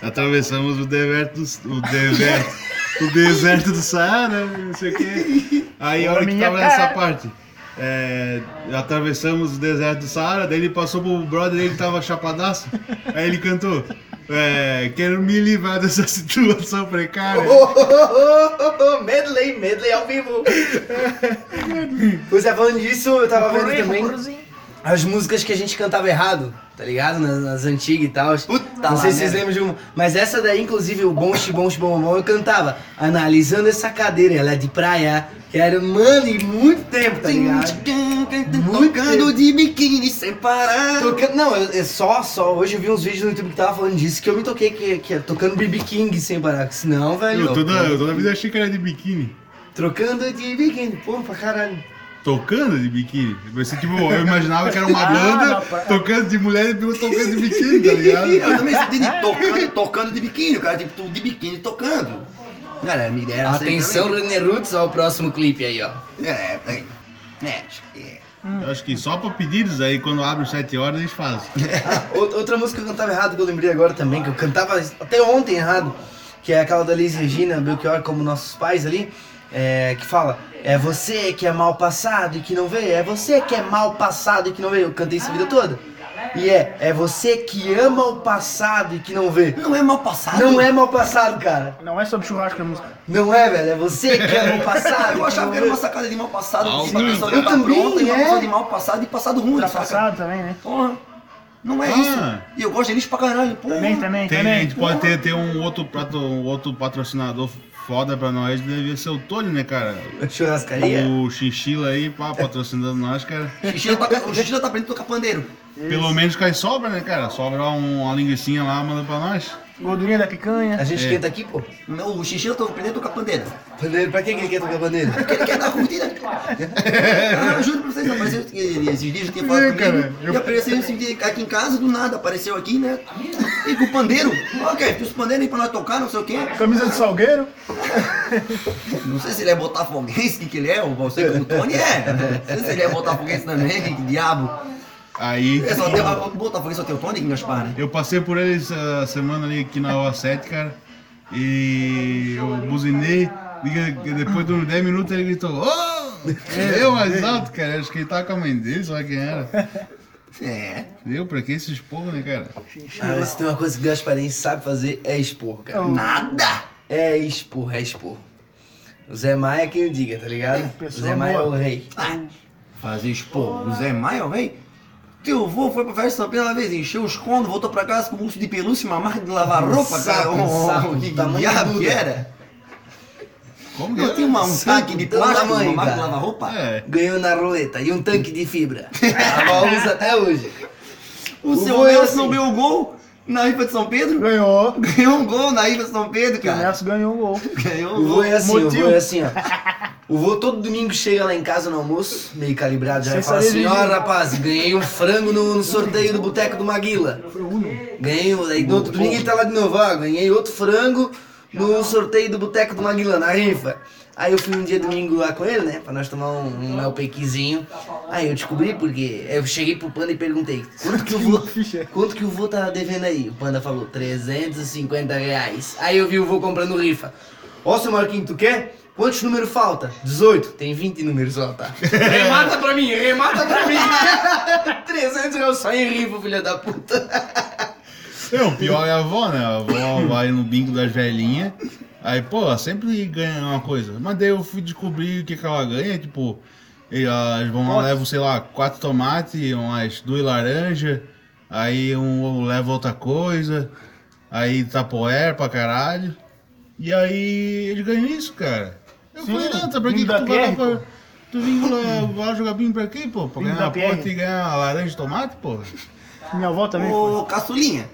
S2: Atravessamos o deserto, do- o deserto, o deserto do Saara, não sei o quê. Aí a hora que
S4: Minha
S2: tava nessa
S4: cara.
S2: parte, é, atravessamos o deserto do Saara, daí ele passou pro brother, ele tava chapadaço, aí ele cantou, é, quero me livrar dessa situação precária.
S1: medley, medley ao vivo. Você tá falando disso, eu tava vendo também as músicas que a gente cantava errado, tá ligado? Nas, nas antigas e tal.
S3: Puta
S1: Não
S3: lá, né?
S1: sei se vocês
S3: merda.
S1: lembram de uma. Mas essa daí, inclusive, o bom xibom xibom bom, eu cantava. Analisando essa cadeira, ela é de praia. Que era, mano, e muito tempo, tá ligado? Muito
S3: Tocando de biquíni sem parar.
S1: Tocando, não, eu, eu só, só. Hoje eu vi uns vídeos no YouTube que tava falando disso que eu me toquei, que, que é tocando BB King sem parar. que Senão, velho.
S2: Eu toda, eu toda vida achei que era de biquíni.
S1: Trocando de biquíni, pô, pra caralho.
S2: Tocando de biquíni? Eu pensei, tipo, eu imaginava que era uma
S4: Ah,
S2: banda
S4: rapaz.
S2: tocando de mulher e tocando de biquíni, tá ligado?
S3: Eu também entendi tocando, tocando de biquíni, o cara tipo tu de biquíni tocando. Galera, me deram
S1: Atenção, né? Runner Roots, ó, o próximo clipe aí, ó.
S3: É, é, é, acho que é.
S2: Eu Acho que só pra pedidos aí, quando abre 7 horas, eles fazem.
S1: Ah, ou- outra música que eu cantava errado, que eu lembrei agora também, que eu cantava até ontem errado, que é aquela da Liz Regina, Belchior, como nossos pais ali, é, que fala, é você que é mal passado e que não veio, é você que é mal passado e que não veio. Eu cantei isso a vida toda. E é, é você que ama o passado e que não vê.
S3: Não é mal passado.
S1: Não é mal passado, cara.
S4: Não é sobre churrasco a música.
S1: Não é, velho. É você que é mal
S3: Ah,
S1: passado.
S3: eu achava que era uma
S1: uma...
S3: sacada de mal passado,
S2: Não,
S3: de
S2: cara.
S3: pessoa que
S1: Eu
S3: tá
S1: também,
S3: pronta, e uma
S1: é.
S3: pessoa de mal passado e passado ruim, saca?
S4: Ultrapassado também, né?
S3: Porra, não é
S2: Ah.
S3: isso. E eu gosto deles pra caralho, porra.
S4: Também, também,
S2: Tem, a
S4: também.
S2: gente pode ter, ter um, outro prato, um outro patrocinador foda pra nós, devia ser o Tony, né, cara?
S1: Churrascaria.
S2: O Chinchila aí, pá, patrocinando nós, cara.
S3: Xixi tá, o xixi tá aprendendo a tocar pandeiro.
S2: Pelo menos cai sobra, né, cara? Sobra um- uma linguicinha lá, manda pra nós.
S4: Gordurinha da picanha.
S1: A gente esquenta aqui, pô.
S3: O xixi tá aprendendo a tocar pandeiro.
S1: Pandeiro, pra quem que ele quer tocar pandeiro?
S3: Porque ele quer dar curtida. Ah, eu juro pra vocês, apareceu que esses dias eu tinha
S2: É,
S3: falado
S2: cara,
S3: comigo.
S2: eu-
S3: E apareceu esse dia aqui em casa, do nada, apareceu aqui, né? E com o pandeiro. Ok, fiz o pandeiro aí pra nós tocar, não sei o quê.
S4: Camisa de salgueiro.
S3: Não sei se ele é botafoguense, o que, que ele é, ou você que o Tony é. Não sei se ele é botafoguense também, que, que diabo.
S2: Aí,
S3: É só tem, o botafoguense só tem o Tony aqui em Gaspar, né?
S2: eu passei por eles a semana ali aqui na Rua 7, cara. E eu buzinei. e Depois de uns 10 minutos ele gritou: Oh! Eu mais alto, cara. Acho que ele tava com a mãe dele, sei lá quem era.
S3: É.
S2: Deu pra quem se expor, né, cara?
S3: Cara, se Ah, tem uma coisa que o Gasparense sabe fazer é expor, cara. Nada! É expor, é expor. O Zé Maia é quem o diga, tá ligado?
S4: Pessoa
S3: O Zé Maia é o
S4: boa.
S3: rei.
S6: Fazer expor. O
S3: é
S6: Zé Maia, velho.
S3: Teu avô foi pra festa da primeira vez, encheu os condos, voltou pra casa com um urso de pelúcia, uma marca de lavar roupa, cara. saco, um saco que do tamanho diabo do que Duda. era?
S2: Como que
S3: Eu tinha uma- um Saco tanque de do plástico, tamanho, uma marca de cara. lavar roupa.
S2: É.
S3: Ganhou na roleta e um tanque de fibra. A avó usa até hoje. O, seu
S1: vô é
S3: Nelson
S1: assim.
S3: não ganhou um gol na rifa de São Pedro?
S4: Ganhou.
S3: Ganhou um gol na rifa de São Pedro,
S4: O
S3: cara.
S4: Nelson ganhou um gol.
S3: Ganhou
S1: O
S3: um
S1: vô
S3: gol.
S1: é assim, o
S4: motivo.
S1: vô é assim, ó. O vô todo domingo chega lá em casa no almoço, meio calibrado já,
S4: Sem
S1: e fala
S4: saber
S1: assim, ó
S4: dirigir.
S1: rapaz, ganhei um frango no, no sorteio do Boteco do Maguila. Ganhei, um- aí no outro domingo ele tá lá de novo, ó, ganhei outro frango no sorteio do Boteco do Maguila, na rifa. Aí eu fui um dia domingo lá com ele, né, pra nós tomar um, um mel pequizinho. Aí eu descobri porque, eu cheguei pro Panda e perguntei, quanto que o vô, quanto que o vô tá devendo aí? O Panda falou, 350 reais. Aí eu vi o vô comprando rifa. Ó, seu Marquinho, tu quer? Quantos números falta? 18. Tem 20 números só, tá? Remata pra mim, remata pra mim. 300 reais só em rifa, filha da puta.
S2: É, o pior é a avó, né? A avó vai no bingo das velhinhas. Aí, pô, ela sempre ganha uma coisa. Mas daí eu fui descobrir o que, que ela ganha, tipo, elas vão lá, levam, sei lá, quatro tomates, umas duas laranjas, aí um leva outra coisa, aí tapoer pra caralho. E aí eles ganham isso, cara. Eu
S4: Sim,
S2: falei, não, tá pra que que tu
S4: bingo da
S2: vai
S4: PR,
S2: lá pra. Tu vim lá, lá jogar bingo pra quê, pô? Pra
S4: Bingo
S2: ganhar uma
S4: da PR.
S2: porta e ganhar laranja e tomate, pô?
S4: Minha avó também foi.
S3: Ô, caçulinha.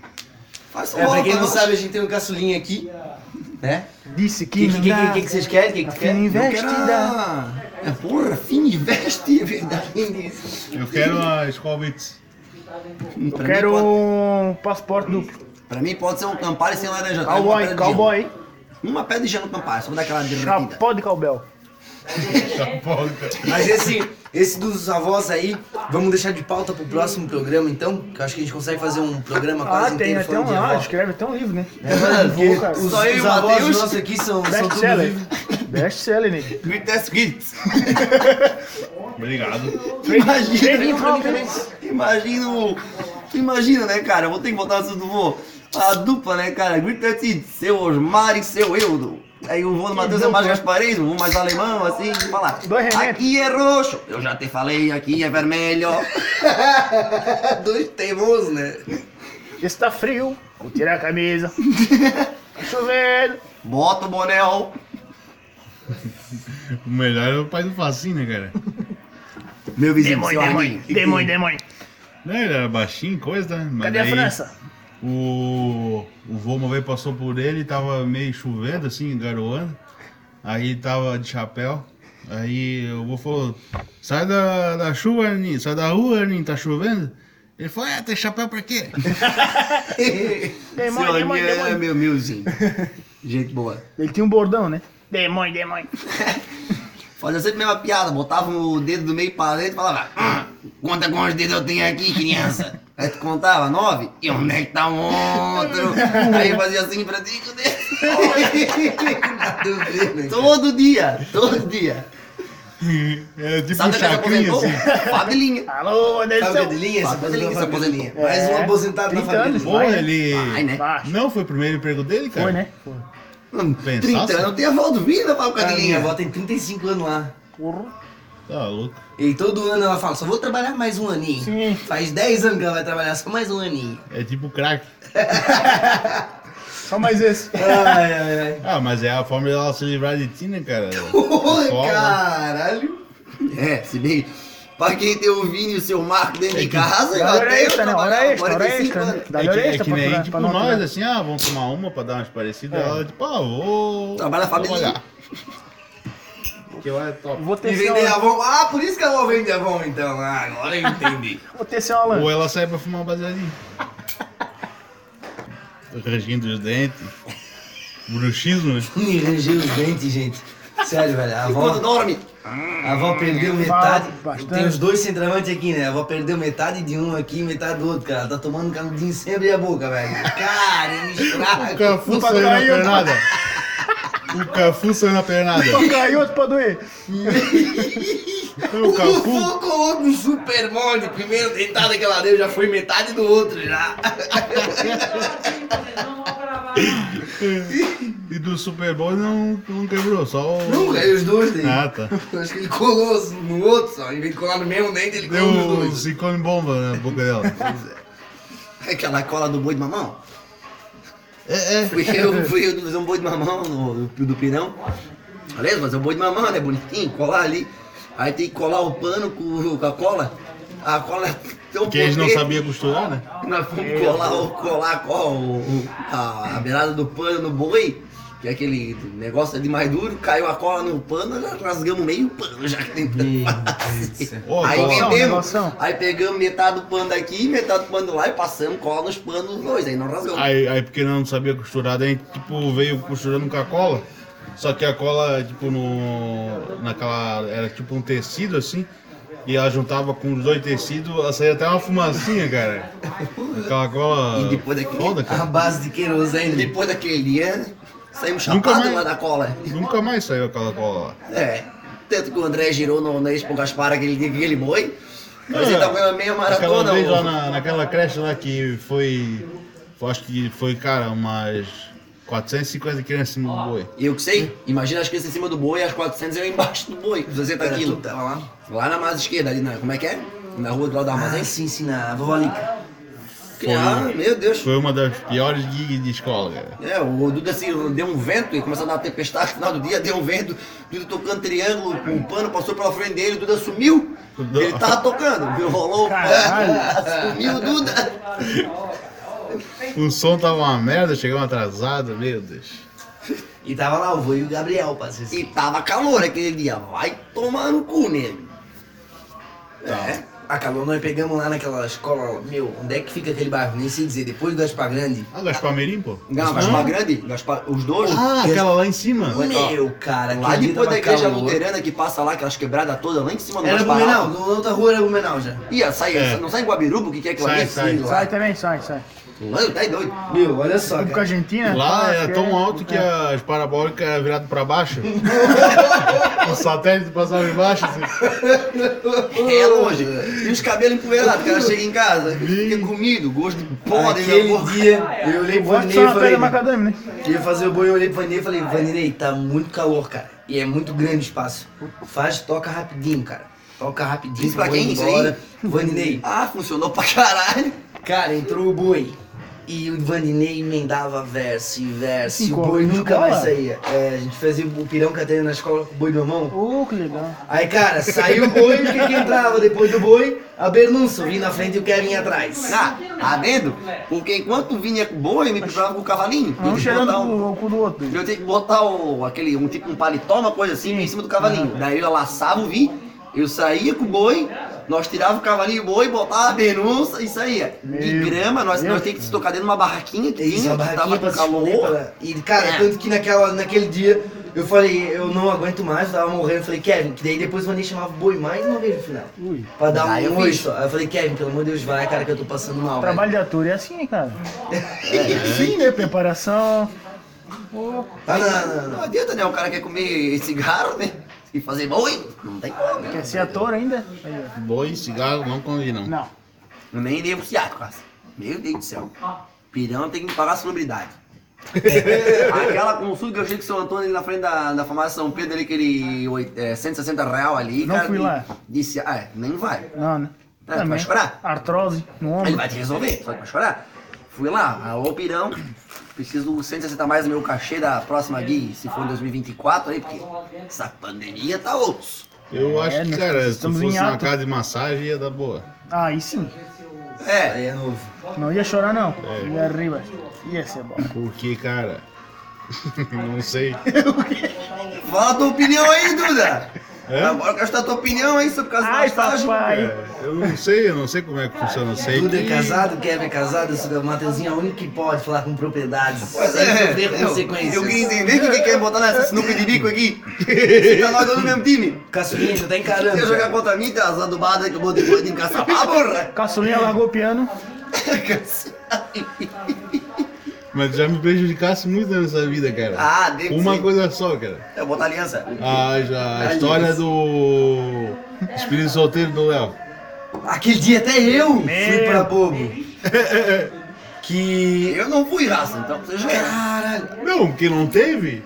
S3: Faz um
S1: É, pra
S3: gol
S1: quem não
S3: nós.
S1: sabe, a gente tem um caçulinha aqui, né?
S4: Disse
S1: O que,
S4: que. Tá
S1: que, que, que, que vocês querem? O que, que tu quer?
S3: Eu
S4: Investe
S3: quero
S4: da.
S3: a- É, porra, fim de veste, é verdade.
S2: Eu quero uma Skull Beats.
S3: Pra
S4: Eu
S3: mim
S4: quero
S3: pode-
S4: um passaporte duplo.
S3: Pra mim pode ser um Campari sem laranja. tá? Uma pedra
S4: Cowboy,
S3: de é
S4: cowboy.
S3: gelo. Uma pedra de gelo no Campari, só vou dar aquela derretida.
S4: Chapó de cowbell.
S1: Mas esse, esse dos avós aí, vamos deixar de pauta pro próximo programa, então? Que eu acho que a gente consegue fazer um programa quase
S4: Ah, tem
S1: inteiro
S4: até
S1: falando
S4: um.
S1: de
S4: Ah,
S1: avó.
S4: escreve até um livro, né?
S1: É, mano,
S4: Vou, cara.
S1: porque os,
S3: Só eu e
S1: os
S3: o
S1: avós
S3: Matheus.
S1: nossos aqui são, são
S4: Best
S1: tudo
S4: seller.
S1: vivos.
S4: Best seller, né?
S3: Greatest Hits.
S2: Obrigado.
S4: Trading
S3: Imagina,
S4: Problems.
S3: imagina, o- tu imagina, né, cara? Eu Vou ter que botar tudo vô. A dupla, né, cara? Greatest Hits, seu Osmar e seu Eudo. Aí o vô do Matheus é mais gasparense, o vô mais alemão, assim, falar.
S4: Dois remédios.
S3: Aqui é roxo, eu já te falei, aqui é vermelho.
S1: Dois teimosos, né?
S4: Está frio. Vou tirar a camisa. Tá chovendo.
S3: Bota o bonéu.
S2: O melhor é o pai do Facinho, né, cara?
S3: Meu vizinho,
S4: Demônio,
S3: seu
S4: demônio.
S3: Arlindo.
S4: Demônio, demônio.
S2: Não, Né, ele era baixinho, coisa, né? Mas
S4: Cadê a
S2: daí
S4: França?
S2: O, o vô uma vez passou por ele, tava meio chovendo, assim, garoando. Aí tava de chapéu. Aí o vô falou, sai da, da chuva, Arninho, sai da rua, Arninho, tá chovendo? Ele falou, é, tem chapéu pra quê?
S4: Demônio,
S3: Seu
S4: demônio,
S3: Arlindo é
S4: demônio.
S3: meu milzinho. Gente boa.
S4: Ele tinha um bordão, né? Demônio, demônio.
S3: Fazia sempre a mesma piada, botava o dedo do meio para dentro e falava, "Ah, conta quantos dedos eu tenho aqui, criança. Aí tu contava, nove, e onde é que tá o outro? Aí fazia assim pra ti com o dedo.
S1: Deu ver, né?
S4: Então,
S3: todo dia, todo dia.
S2: Era tipo
S3: Sabe
S2: um
S3: o que
S2: chacrinho,
S3: aposentou?
S2: assim.
S3: Fabilinha.
S4: Alô,
S1: Sabe é
S4: atenção.
S1: Cadelinha? Essa
S3: Fabilinha,
S1: coisa
S3: essa
S1: da família.
S3: aposentinha.
S1: Mais um
S4: É,
S1: aposentado na
S4: 30
S1: família.
S4: anos.
S1: dele.
S2: Pô,
S4: Vai, né?
S2: ele...
S3: Vai, né?
S4: Baixo.
S2: Não, foi o primeiro emprego dele, cara?
S4: Foi, né? Foi.
S2: Pensasse?
S3: 30 anos, tem a volta do né, vida, Fábio
S1: Cara, minha
S3: Cadelinha.
S1: avó tem 35 anos lá.
S4: Porra.
S2: Tá louco.
S1: E todo ano ela fala, só vou trabalhar mais um aninho.
S4: Sim.
S1: Faz 10 anos que ela vai trabalhar só mais um aninho.
S2: É tipo crack.
S4: Só mais esse.
S1: Ai, ai, ai.
S2: Ah, mas é a forma dela se livrar de ti, né, cara?
S3: Oi,
S2: Só, né?
S3: caralho. É, se bem... Pra quem tem o Vini e o seu Marco dentro de casa, eu
S4: É Hora
S3: até eu
S4: extra, né? Hora
S3: trabalhava
S4: extra, hora
S3: 45
S4: extra.
S3: anos.
S4: né?
S2: É
S4: Dá
S2: que,
S4: hora
S2: é
S4: extra
S2: que
S4: pra
S2: nem,
S4: pra-
S2: tipo,
S4: pra né?
S2: nós,
S4: não É.
S2: assim, ah, vamos tomar uma pra dar umas parecidas. Ela, tipo, ah, vou.
S3: Trabalha a família.
S2: trabalhar. Que lá é top.
S4: Vou
S1: E
S4: ter
S1: vender
S4: seu
S1: Avon. Ah, por isso que ela vende Avon então. Ah, agora eu entendi.
S4: Vou ter seu Alan.
S2: Ou ela sai pra fumar um baseadinho. Rangindo os dentes. Bruxismo, né?
S1: Me rangeu os dentes, gente. Sério, velho. A
S3: Quando
S1: avó,
S3: dorme,
S1: A avó perdeu metade.
S4: bastante.
S1: Tem os dois centravantes aqui, né? A avó perdeu metade de um aqui e metade do outro, cara. Tá tomando canudinho sempre a boca, velho. Cara, eu me
S2: O
S1: estrago.
S2: Cafu saiu na
S4: caiu.
S2: pernada. O Cafu saiu na pernada.
S4: Pra cair, outro pra doer.
S2: O Cafu,
S1: Pô, colou um super molde. Primeiro deitado que ela deu, já foi metade do outro já.
S2: e do Super Bowl não, não quebrou, só o.
S1: Nunca, é aí os dois dele.
S2: Ah, tá.
S1: Acho que ele colou no outro só. Em vez de colar no mesmo dente, ele
S2: Deu
S1: colou nos
S2: um
S1: dois.
S2: silicone bomba na boca dela.
S3: Aquela cola do boi de mamão.
S2: É, é.
S3: Fui eu, fui eu fazer um boi de mamão no, do, do pirão. Beleza, fazer um boi de mamão, né? Bonitinho, colar ali. Aí tem que colar o pano com, com a cola. A cola é tão
S2: Porque a gente não
S3: potente.
S2: sabia costurar, né?
S3: Nós fomos colar, o- colar, colar o- o- a, a beirada do pano no boi, que é aquele negócio ali mais duro, caiu a cola no pano, nós rasgamos meio pano já que tem pano.
S2: Ô,
S3: aí
S2: cola-
S3: vendemos,
S4: relação.
S3: aí pegamos metade do pano daqui, metade do pano lá e passamos cola nos panos dois, aí não rasgamos.
S2: Aí, aí porque não sabia costurar, daí tipo veio costurando com a cola. Só que a cola, tipo, no. naquela. era tipo um tecido assim. E ela juntava com os dois tecidos, ela saía até uma fumacinha, cara. Aquela cola.
S3: E depois daquele-
S2: foda,
S1: A
S2: cara.
S1: base de querosene.
S3: Depois daquele dia, saímos
S2: Nunca
S3: chapados
S2: mais-
S3: lá da cola.
S2: Nunca mais saiu aquela cola lá.
S3: É, tanto que o André girou no, na Expo Gaspar aquele dia que ele boi, mas
S2: É,
S3: ele tá tava ganhando meia
S2: Aquela
S3: maratona.
S2: vez
S3: o-
S2: lá na- naquela creche lá que foi. foi- Acho que foi, cara, umas 450 crianças em cima do boi.
S3: Eu que sei, imagina as crianças em cima do boi, as 400 eu embaixo do boi, com 60
S7: Era
S3: quilos.
S7: tudo, tava tá lá.
S3: Lá na massa esquerda, ali na. Como é que é? Na rua do lado da
S1: é
S3: armazém?
S7: Ah, sim, sim, na vovó Lica.
S3: Ah, meu Deus.
S2: Foi uma das piores gigs de escola, cara.
S3: É, o Duda assim, deu um vento e começou a dar uma tempestade no final do dia, deu um vento, Duda tocando triângulo com o pano, passou pela frente dele, o Duda sumiu.
S2: Duda.
S3: Ele tava tocando, viu? rolou o pano, sumiu o Duda.
S2: O som tava uma merda, chegamos atrasado, meu Deus.
S1: E tava lá o vô e o Gabriel, parceiro.
S3: E tava calor aquele dia, vai tomar no cu, nego. É,
S7: A calor nós pegamos lá naquela escola, meu, onde é que fica aquele bairro? Nem sei dizer, depois do Gaspar Grande.
S2: Ah, Gaspar Merim, pô?
S3: não, Gaspar Grande, Gaspar, os dois.
S2: Ah, aquela lá em cima.
S7: Meu, cara,
S3: Lá
S7: aquele dia
S3: depois da
S7: tava
S3: igreja
S7: calor.
S3: luterana um que passa lá, aquelas quebradas todas lá em cima do
S1: Era
S3: Gaspar
S1: Blumenau,
S3: Alto.
S1: na outra rua era Blumenau já.
S3: Ia, sai,
S2: É.
S3: não sai em Guabiruba, o que que é que
S2: Sai,
S3: lá?
S2: sai.
S4: Sai também, sai, sai.
S3: Mano, tá aí doido.
S1: Meu, olha só,
S4: Vamos com
S1: cara.
S4: a Argentina.
S2: Lá
S4: tá,
S2: era
S4: que
S2: tão alto que é as parabólicas eram viradas pra baixo. o satélite passava embaixo. Assim.
S3: É longe. E os cabelos empoeirados, o cara chega em casa, fica comido, gosto de poda
S1: Aquele
S3: na boca.
S1: dia, eu olhei pro Vaninei
S4: Forte só
S1: e
S4: na pedra
S1: falei,
S4: macadame, né?
S1: que ia fazer o boi, eu olhei pro Vaninei e falei, Vaninei, tá muito calor, cara. E é muito grande o espaço. Faz, toca rapidinho, cara. Toca rapidinho.
S3: Isso pra
S1: que eu vou
S3: quem? Isso aí?
S1: embora. Vaninei,
S3: Ah, funcionou pra caralho.
S1: Cara, entrou o boi. E o Vaninei emendava verso e verso. E o
S4: Encola
S1: boi
S4: na
S1: nunca
S4: escola?
S1: mais saía. É, a gente fazia o pirão catarina na escola com o boi na mão.
S4: Ô, que legal.
S1: Aí, cara, saiu o boi, o que, que entrava depois do boi? A Bernunça, o vinho na frente e o Kevin atrás.
S3: Ah, tá vendo? Porque enquanto vinha com boi, me preparava com o cavalinho. Eu
S4: Um
S3: tinha que
S4: cheirando
S3: botar o-
S4: o cu do outro.
S3: Eu tinha que botar o, aquele, um tipo um paletó, uma coisa assim, em cima do cavalinho. Daí eu laçava o vi, eu saía com o boi, nós tirava o cavalinho e o boi, botava a denúncia e saía. De
S4: Meu
S3: grama, nós,
S4: Deus.
S3: nós tínhamos que se tocar dentro de uma barraquinha que
S1: Isso,
S3: tinha,
S1: a
S3: que
S1: barraquinha
S3: tava
S1: pra
S3: com
S1: se esconder. né?
S3: calor. É.
S1: Pra... E, cara, tanto que naquela, naquele dia eu falei, eu não aguento mais, eu tava morrendo. Eu falei, Kevin, que daí depois o Vaninei chamava o boi mais uma vez no final.
S4: Ui.
S1: Pra dar
S3: Ah, eu
S1: um oi
S3: fiz.
S1: só. Aí eu falei, Kevin, pelo amor de Deus, vai, cara, que eu tô passando mal. velho."
S4: Trabalho de ator é assim, cara. É assim, né? Preparação.
S1: Ah, não, não, não.
S3: Não adianta, né? O cara quer comer cigarro, né? E fazer boi, não tem como. né?
S4: Quer ser ator ainda? Aí,
S2: Boi, cigarro, não combinam.
S4: ó. Não.
S3: Eu nem devo ciático, é, quase. Meu Deus do céu. Pirão tem que me pagar a salubridade. Aquela consulta que eu achei com o seu Antônio ali na frente da, da farmácia São Pedro, ali, aquele oi- é, 160 real ali.
S4: Não
S3: cara,
S4: fui
S3: que
S4: lá.
S3: Disse, ah, é, nem vai.
S4: Não, né?
S3: Ah, tu vai chorar?
S4: Artrose no
S3: Ele
S4: ombro.
S3: vai te resolver, só que vai chorar. Fui lá, alô Pirão, preciso 160 a mais no meu cachê da próxima gig, se for em 2024 aí, porque essa pandemia tá osso.
S2: Eu acho que,
S4: nós
S2: cara, se tu
S4: estamos
S2: fosse
S4: em
S2: uma
S4: ato.
S2: casa de massagem ia dar boa.
S4: Ah, aí sim.
S3: É,
S1: Aí é novo.
S4: Não ia chorar, não.
S2: É.
S4: Ia arriba. Ia ser bom.
S2: Porque, cara. não sei.
S3: fala a tua opinião aí, Duda. Agora gastar tua opinião aí sobre caso
S4: Ai,
S3: nostálgico.
S4: papai.
S2: É, eu não sei, eu não sei como é que funciona. Eu sei
S1: Duda é
S2: que-
S1: casado, Kevin é casado, o Mateuzinho é o único que pode falar com propriedades.
S3: Pois
S1: sem
S3: é,
S1: sofrer
S3: eu,
S1: consequências.
S3: eu queria entender quem que quer botar nessa sinuca de bico aqui. Você tá nós dois no mesmo time.
S1: Caçulinha, tu tá
S3: Se eu
S1: encarando.
S3: jogar contra mim, tá azar do bar, que eu vou depois de encaçar a porra.
S4: Caçulinha largou o piano.
S2: Mas já me prejudicasse muito nessa vida, cara.
S3: Ah, deve
S2: Uma
S3: ser.
S2: coisa só, cara.
S3: Eu vou botar aliança.
S2: A, Ah, a história do espírito solteiro do Léo.
S1: Aquele dia até eu fui
S4: Meu
S1: pra bobo. Que.
S3: Eu não fui raça, então você já
S1: é
S3: era.
S1: Caralho.
S2: Não, porque não teve.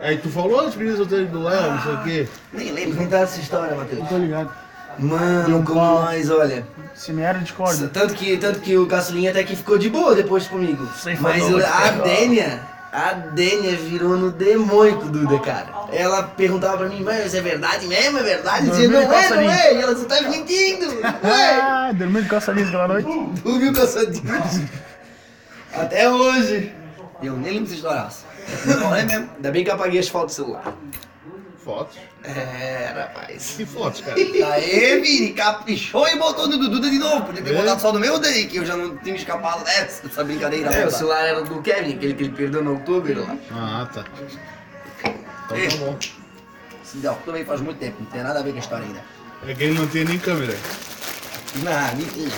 S2: Aí tu falou do espírito solteiro do Léo, não sei o quê.
S3: Nem
S1: Lembra
S3: lembro.
S1: contar essa história, Matheus?
S4: Tô ligado.
S1: Mano, como nós, olha.
S4: Se me era, discorda.
S1: Tanto que, tanto que o Caçulinha até que ficou de boa depois comigo.
S4: Sem
S1: Mas
S4: falar,
S1: eu- a
S4: cara.
S1: Dênia, a Dênia virou no demônio com o Duda, cara. Ela perguntava pra mim, mas é verdade mesmo? É verdade? Eu dizia, não
S4: Dormiu
S1: é, não
S4: caçulinha.
S1: é. E ela, você tá mentindo. Não é.
S4: Ah, dormindo de calça lisa pela noite.
S1: Dormiu caçadinho. Até hoje.
S3: Eu nem lembro dessa história, raça. Não lembro é mesmo.
S1: Ainda bem que eu apaguei as fotos do celular.
S2: Fotos.
S1: É, rapaz.
S2: Que fotos, cara?
S3: Aê, Vini, caprichou e botou no Duda de novo. Podia ter
S2: É.
S3: botado só no meu daí, que eu já não tinha escapado dessa, dessa brincadeira.
S1: É, o
S3: rapaz.
S1: celular era do Kevin, aquele que ele perdeu no outubro lá.
S2: Ah, tá.
S3: Ei.
S2: Então tá
S3: Se deu, também faz muito tempo, não tem nada a ver com a história ainda.
S2: bom. É que ele não tem nem câmera.
S3: Não, nem tinha.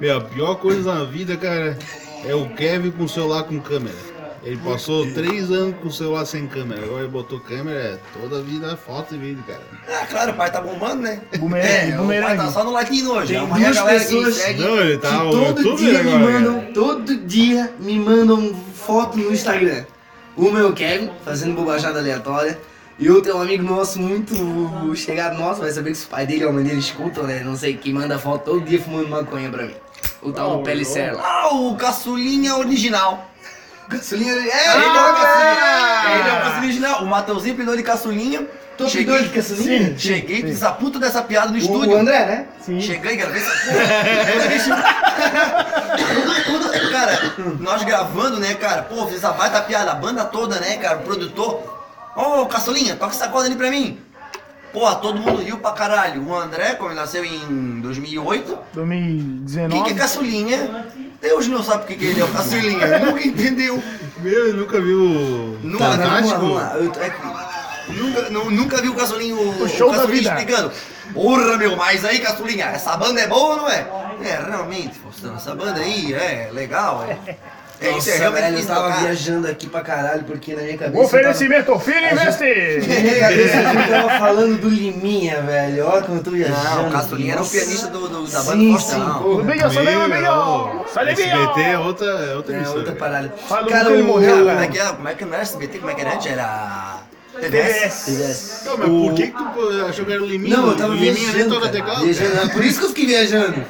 S2: Meu, a pior coisa na vida, cara, é o Kevin com o celular com câmera. Ele passou três anos com o celular sem câmera. Agora ele botou câmera, é toda a vida é foto e vídeo, cara.
S3: Ah, claro, o pai tá bombando, né?
S4: Bumerangue,
S3: é, O pai tá
S4: bumerangue.
S3: só no latino hoje.
S1: Tem
S3: é uma
S1: duas
S3: galera
S1: pessoas-
S3: que segue.
S2: Não, ele tá
S1: que
S2: o
S1: todo
S2: YouTube
S1: dia me
S2: agora, cara.
S1: mandam, todo dia me mandam foto no Instagram. Uma é o Kevin, fazendo bobajada aleatória. E outro é um amigo nosso muito chegado nosso, vai saber que se o pai dele ou a mãe dele escutam, né? Não sei, que manda foto todo dia fumando maconha pra mim. O tal do Pellicer lá.
S3: Ah, o caçulinha original.
S1: Caçulinha,
S3: É,
S1: é,
S3: ele é o
S1: ah,
S3: caçulinha. Ele é o caçulinha original. O Mateuzinho pediu de caçulinha.
S1: Tô
S3: Cheguei-
S1: pedindo de caçulinha?
S3: Cheguei, fiz a puta dessa piada no
S1: O,
S3: estúdio.
S1: o André, né?
S4: Sim.
S3: Cheguei, cara, vê essa porra. Quando- quando- cara, nós gravando, né, cara? Pô, fiz essa baita piada, a banda toda, né, cara? O produtor. Ô, Caçolinha, toca essa corda ali pra mim. Porra, todo mundo riu pra caralho. O André, como ele nasceu em 2008, quem que é
S4: 2019.
S3: Caçulinha? Deus não sabe o que, que ele é o Caçulinha, nunca entendeu.
S2: Meu, ele nunca viu.
S3: Nunca,
S2: Tá,
S3: vamos
S2: Fantástico?
S3: lá, vamos lá. Eu- é que- nunca, nu- nunca vi o Caçulinho, o,
S4: show da
S3: Caçulinha
S4: vida.
S3: explicando. Porra, meu, mas aí, Caçulinha, essa banda é boa ou não é? É, realmente, Faustão, essa banda aí é legal, é. É isso, é
S1: Nossa,
S3: realmente
S1: velho, eu
S3: difícil
S1: tava
S3: tocar.
S1: viajando aqui pra caralho, porque na minha cabeça... eu tava-
S4: Oferecimento, filho investe!
S1: Na minha cabeça eu tava falando do Liminha, velho. Ó como eu tô viajando.
S3: Não, o Caçulinha era o pianista do, do- da banda
S1: Sim,
S3: Faustão.
S1: sim,
S4: O Bigel, só lembra,
S2: Meu,
S4: Bigel! Só
S2: SBT é
S4: lembra,
S2: outra, é outra
S1: É
S2: emissora,
S1: outra
S2: cara.
S1: parada.
S4: né? Fala que ele morreu,
S1: o-
S4: cara.
S3: Como é que era? Como é que não era SBT? Como é que era antes? Era. TVS.
S4: TVS.
S2: Não, mas por que que tu achou que era o Liminha?
S1: é? Não, eu tava
S2: O Liminha nem
S1: viajando.
S2: toca
S1: Cara,
S2: teclado.
S1: viajando, é Por isso que eu fiquei viajando.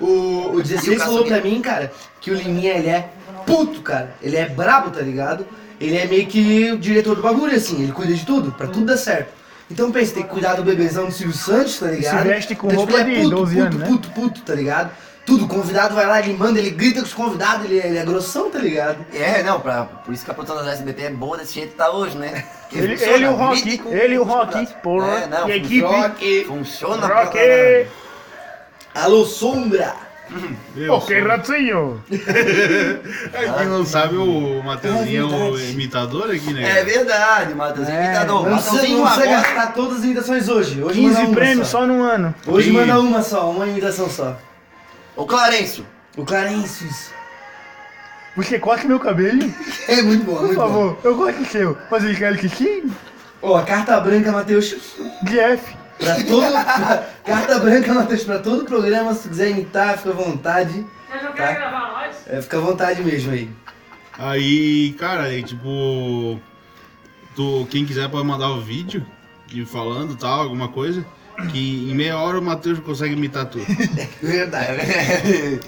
S1: O, o
S3: E o
S1: 16 falou pra mim, cara, que o Liminha ele é puto, cara. Ele é brabo, tá ligado? Ele é meio que o diretor do bagulho, assim. Ele cuida de tudo, pra tudo dar certo. Então pensa, tem que cuidar do bebezão do Silvio Santos, tá ligado?
S4: veste com
S1: então,
S4: roupa
S1: ele
S4: de
S1: puto,
S4: 12
S1: puto,
S4: anos, né?
S1: puto, puto, tá ligado? Tudo, o convidado vai lá, ele manda, ele grita com os convidados, ele, ele é grossão, tá ligado?
S3: É, não, pra, por isso que a produção da SBT é boa desse jeito que tá hoje, né? Porque
S4: Ele-
S3: funciona,
S4: ele e o Rock,
S3: mítico,
S4: ele e o Rock,
S3: funciona.
S4: porra,
S3: É, não,
S4: e a
S3: funciona.
S1: equipe.
S3: Funciona pra
S4: Rock!
S3: caralho.
S1: Alô, Sombra!
S2: Meu,
S4: Ok, ratinho!
S2: é, quem não sabe, o Matheusinho é o imitador aqui, né?
S3: É verdade, Matheus.
S4: É,
S3: Imitador.
S1: Não precisa,
S3: Matheusinho
S1: não precisa
S3: agora.
S1: gastar todas as imitações hoje. Hoje manda
S4: 15
S1: uma
S4: prêmios só num ano.
S1: Hoje
S2: Ih.
S1: manda uma só, uma imitação só.
S3: Ô Clarencio,
S1: O Clarencius.
S4: Você corta meu cabelo,
S1: É muito bom,
S4: por
S1: muito bom.
S4: favor. Eu gosto do seu. Mas ele quer que sim?
S1: Ó, carta branca, Matheus.
S4: Jeff.
S1: Pra todo. carta branca, Matheus, pra todo programa. Se tu quiser imitar, fica à vontade. Vocês não querem gravar nós? É, fica à vontade mesmo aí.
S2: Aí, cara, aí, tipo. Tu, quem quiser pode mandar o vídeo de falando tal, alguma coisa. Que em meia hora o Matheus consegue imitar tudo.
S1: Verdade.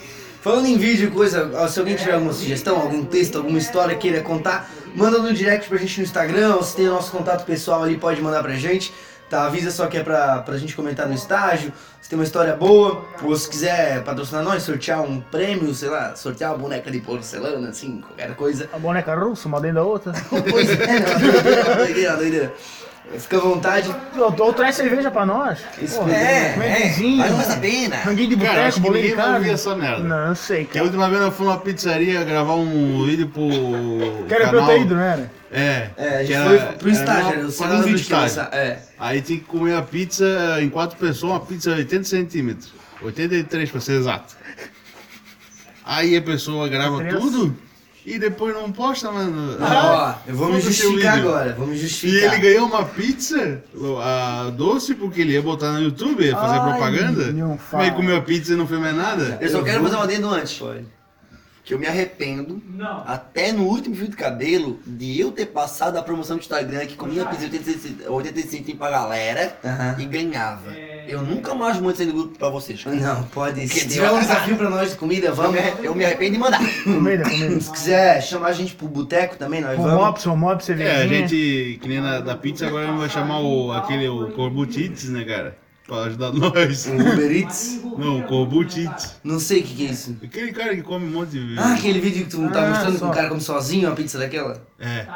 S1: Falando em vídeo, coisa, ó, se alguém tiver alguma sugestão, algum texto, alguma história queira contar, manda no direct pra gente no Instagram, ou se tem o nosso contato pessoal ali, pode mandar pra gente. Tá, avisa só que é pra, pra gente comentar no estágio, se tem uma história boa, ou se quiser patrocinar nós, sortear um prêmio, sei lá, sortear uma boneca de porcelana, assim, qualquer coisa.
S4: A boneca russa, uma dentro da outra.
S1: Pois é, né? Uma doideira, uma doideira. Fica à vontade.
S4: Ou ou traz cerveja pra nós. Porra,
S3: É, é,
S4: Amendoinzinho,
S3: mas não faz a pena.
S4: Ranguinho de
S2: Cara,
S4: boteco,
S2: acho que
S4: bolinho de
S2: ninguém vai
S4: carne.
S2: ouvir essa merda.
S4: Não, eu
S2: Que
S4: sei,
S2: a
S4: cara.
S2: última vez eu fui numa pizzaria gravar um vídeo pro.
S4: Que era né? pra eu
S2: canal.
S4: ter ido, não era?
S2: É.
S1: É, a
S2: que
S1: gente
S2: era-
S1: foi pro
S2: era
S1: estágio,
S2: uma-
S1: era o
S2: era um
S1: segundo
S2: vídeo
S1: vídeo que
S2: estágio.
S1: lançar. É.
S2: Aí tinha que comer a pizza eh, em quatro pessoas, uma pizza de 80 centímetros. 83 pra ser exato. Aí a pessoa grava
S4: Três.
S2: tudo e depois não posta, mano.
S1: Ah, ó, eu vou me
S2: Foda-se o
S1: justificar
S2: vídeo.
S1: agora, vou me
S2: E
S1: justificar.
S2: ele ganhou uma pizza a doce porque ele ia botar no YouTube, ia fazer
S4: Ai,
S2: propaganda.
S4: não
S2: Mas
S4: fala.
S2: ele comeu a pizza e não fez mais nada.
S3: Eu só quero fazer uma adendo antes. Que eu me arrependo, até no último fio de cabelo, de eu ter passado a promoção do Instagram que comia pizza 85 80 centímetros pra galera
S1: Aham.
S3: e ganhava. Eu nunca mais mando isso aí no grupo pra vocês.
S1: Não, pode. É.
S3: Que
S1: Se tiver um
S3: idiota.
S1: desafio pra nós de comida,
S3: Eu
S1: vamos.
S3: me, eu me arrependo de mandar.
S4: Comida, comida.
S1: Se quiser chamar a gente pro boteco também, nós
S4: O
S1: vamos.
S4: mops, o mops, cervejinha.
S2: É, a gente, que nem na, da pizza, agora vai chamar o, aquele, o Corbutites, né, cara? Pra ajudar nós.
S1: Uber Eats.
S2: Não, o Corbutites.
S1: Não sei o que, que é isso.
S2: Aquele cara que come um monte de...
S1: Ah, aquele vídeo que tu
S4: Ah,
S1: tá mostrando que
S4: só.
S1: um cara come sozinho uma pizza daquela?
S2: É.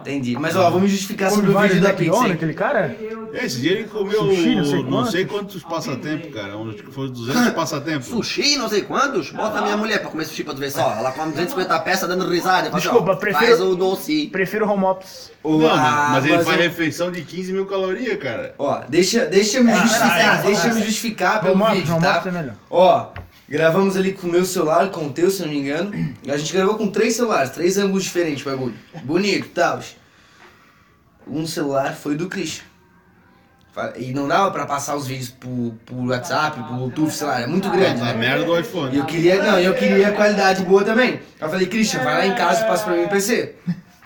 S1: Entendi. Mas ó, vou me justificar
S4: Come
S1: sobre o
S4: vários
S1: vídeo da
S4: Jack
S1: pizza.
S4: Donner,
S1: hein?
S4: aquele cara?
S2: Esse dia ele comeu
S4: Sushi, não
S2: não
S4: sei
S2: sei, quantos
S4: quantos.
S2: passatempos, cara. Um- Acho que foi 200 passatempos.
S3: Sushi, não sei quantos, bota a minha mulher pra comer sushi pra tu ver só. Ela come 250 peças dando risada. eu falo,
S4: Desculpa,
S3: ó,
S4: prefiro-
S3: Faz o doce.
S4: Prefiro home ops.
S2: Não, mano, mas ele
S1: mas
S2: faz
S1: eu-
S2: refeição de 15 mil calorias, cara.
S1: Ó, deixa, deixa eu me
S4: ah,
S1: justificar,
S4: ah,
S1: deixa eu me
S4: ah.
S1: justificar pelo
S4: Home ops,
S1: vídeo,
S4: home
S1: tá?
S4: ops é melhor.
S1: Ó, gravamos ali com o meu celular, com o teu, se eu não me engano. A gente gravou com três celulares, três ângulos diferentes, o bagulho. Bonito, tal. Um celular foi do Christian. Fa- E não dava pra passar os vídeos por, por WhatsApp, por Bluetooth, sei lá, é muito grande,
S2: A
S1: né?
S2: tá merda do iPhone.
S1: E eu queria, não, eu queria qualidade boa também. Aí eu falei, Christian, vai lá em casa e passa pra mim o PC.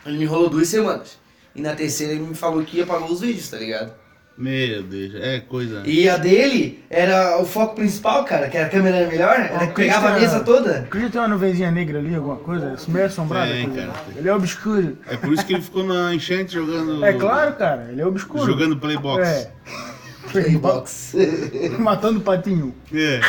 S1: Ele me enrolou duas semanas. E na terceira ele me falou que apagou os vídeos, tá ligado?
S2: Meu Deus, é coisa...
S1: E a dele era o foco principal, cara, que era a câmera era melhor, né? Ela
S4: Ó,
S1: pegava a
S4: Christian-
S1: mesa toda.
S4: Acredito tem uma nuvenzinha negra ali, alguma coisa, meio assombrada.
S2: Tem,
S4: coisa.
S2: cara.
S4: Ele é obscuro.
S2: É por isso que ele ficou na enchente jogando...
S4: É claro, cara, ele é obscuro.
S2: Jogando playbox.
S4: É. Playbox. Matando patinho.
S2: É.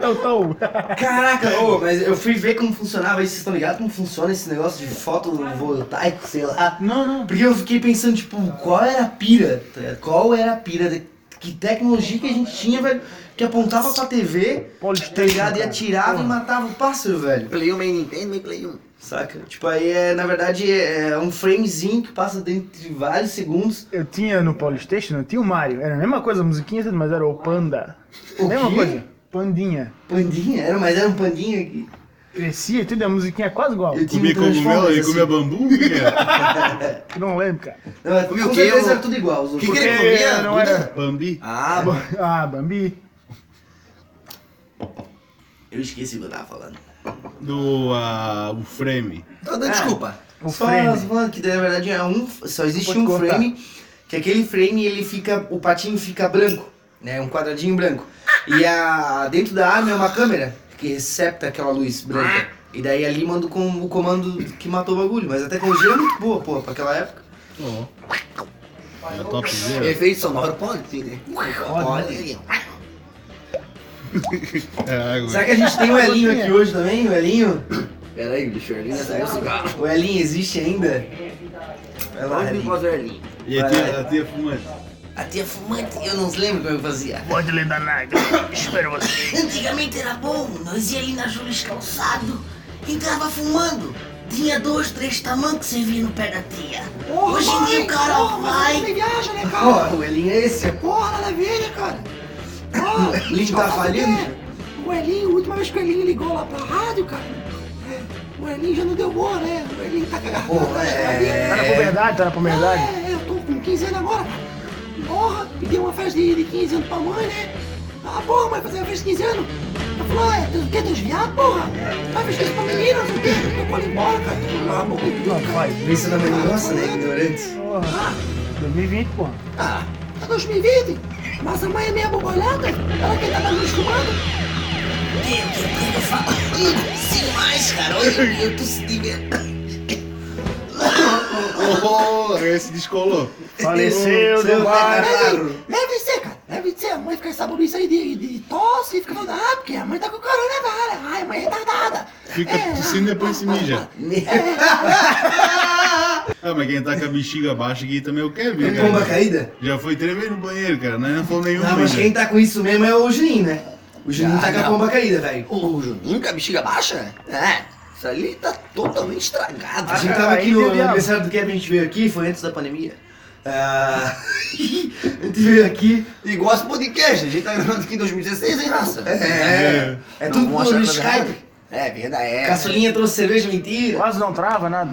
S4: Tau, tau.
S1: Caraca, ô, mas eu fui ver como funcionava isso, vocês estão ligados como funciona esse negócio de fotovoltaico, sei lá.
S4: Não, não.
S1: Porque eu fiquei pensando, tipo, qual era a pira? tá ligado? Qual era a pira? de- Que tecnologia que a gente tinha, velho, que apontava pra TV, tá
S4: Polystation,
S1: ligado? E
S4: cara.
S1: atirava e matava o pássaro, velho.
S3: Play 1, meio Nintendo, meio Play 1.
S1: Saca? Tipo, aí é, na verdade, é um framezinho que passa dentro de vários segundos.
S4: Eu tinha no Polystation, eu tinha o Mario. Era a mesma coisa, a musiquinha, tudo, mas era o Panda.
S1: O
S4: mesma
S1: quê?
S4: coisa. Pandinha.
S1: Pandinha? Era, mas era um pandinha aqui.
S4: Crescia e tudo, a musiquinha é quase igual.
S1: Eu tinha
S2: Comia
S1: um Transformers,
S2: cogumelo, ele
S1: assim.
S2: comia bambu, né? comia...
S4: Eu Não lembro, cara.
S1: Não, é-
S3: Comia o
S1: com
S3: quê?
S1: certeza
S3: O-
S1: era tudo igual. Os
S3: O que,
S1: outros.
S3: que ele
S4: Porque
S3: comia?
S4: não era-
S3: Duda?
S2: Bambi.
S3: Ah, bom.
S4: Ah, Bambi.
S1: Eu esqueci o que eu tava falando.
S2: Do... ah, o frame.
S3: Tô dando desculpa.
S4: O
S1: só
S4: frame.
S1: falando que na verdade é um, só existe
S4: Pode
S1: um
S4: cortar.
S1: frame, que aquele frame ele fica, o patinho fica branco, né, um quadradinho branco. E a dentro da arma é uma câmera que recepta aquela luz branca. E daí ali manda com o comando que matou o bagulho, mas a tecnologia é muito boa, pô, pra aquela época.
S2: É top
S3: Efeito sonoro, pode, filho. Pode.
S2: É água.
S1: Será que a gente tem o Elinho aqui hoje também? O Elinho?
S3: Pera aí, bicho, Erlinho já né? saiu o cigarro.
S1: O Elinho existe ainda? Vai lá,
S3: Pode vir com
S1: Elinho.
S3: o Erlinho.
S2: E a tia, a tia fumante.
S3: A tia fumante, eu não lembro como eu fazia.
S4: Pode ler da Naga. Espero você.
S3: Antigamente era bom, nós ia ali na Júlia calçado, entrava fumando. Tinha dois, três tamancos que servia no pé da tia. Hoje em dia o cara vai.
S1: Ó, o Elinho é esse. Porra, nada a ver, né, cara? o Elinho tá falindo?
S8: O Elinho, a última vez que o Elinho ligou lá pra rádio, cara, é, o Elinho já não deu boa, né? O Elinho tá com a garganta
S1: Porra,
S8: escorregada.
S4: Tá na puberdade, tá na puberdade.
S8: É, eu tô com 15 anos agora, cara. Porra, pedi uma festa de, de 15 anos pra mãe, né? Ah, porra, mãe, fazer uma festa de 15 anos. Ela falou, é, tu quer desviar, porra? Vai vestir isso pra menina, não sei o quê. Eu vou embora, cara. Tu lá, morri tudo,
S4: Não,
S8: cara.
S4: vai.
S1: Pensa na nossa, né? Ignorante.
S4: Porra. 2020, porra.
S8: Ah, tá 2020. Nossa mãe é meia bobolhada. Ela que tá me acostumando.
S3: Sim, mais, cara. Hoje em dia eu tô se divertindo.
S2: Oh, esse descolou.
S4: Faleceu demais.
S1: tá Claro.
S8: Deve ser, cara. Deve ser. A mãe fica sabendo isso aí de, de tosse e fica falando, ah, porque a mãe tá com corona, cara. Ai, a mãe é retardada.
S2: Fica tossindo e depois se mija. Ah, mas quem tá com a bexiga baixa aqui também eu quero ver,
S1: Pomba
S2: cara.
S1: caída?
S2: Já foi tremer no banheiro, cara. Nós não fomos nenhuma
S1: Não, mas quem
S2: ainda.
S1: tá com isso mesmo é o Juninho, né? O Juninho
S3: Ah,
S1: tá com a
S3: não.
S1: pomba caída, velho.
S3: O Juninho com a bexiga baixa? É, isso ali tá totalmente estragado.
S1: A gente
S4: cara,
S1: tava aqui
S4: aí
S1: no
S4: bebia.
S1: aniversário do Kevin, a gente veio aqui, foi antes da pandemia. Ah, a gente veio aqui.
S3: Igual esse podcast, a gente tá gravando aqui em 2016, hein, raça?
S1: É, é,
S3: Não
S1: tudo
S3: vamos
S1: por
S3: achar nada
S1: Skype.
S3: errado. É, verdade, é.
S1: Caçulinha trouxe cerveja, mentira.
S4: Quase não trava nada.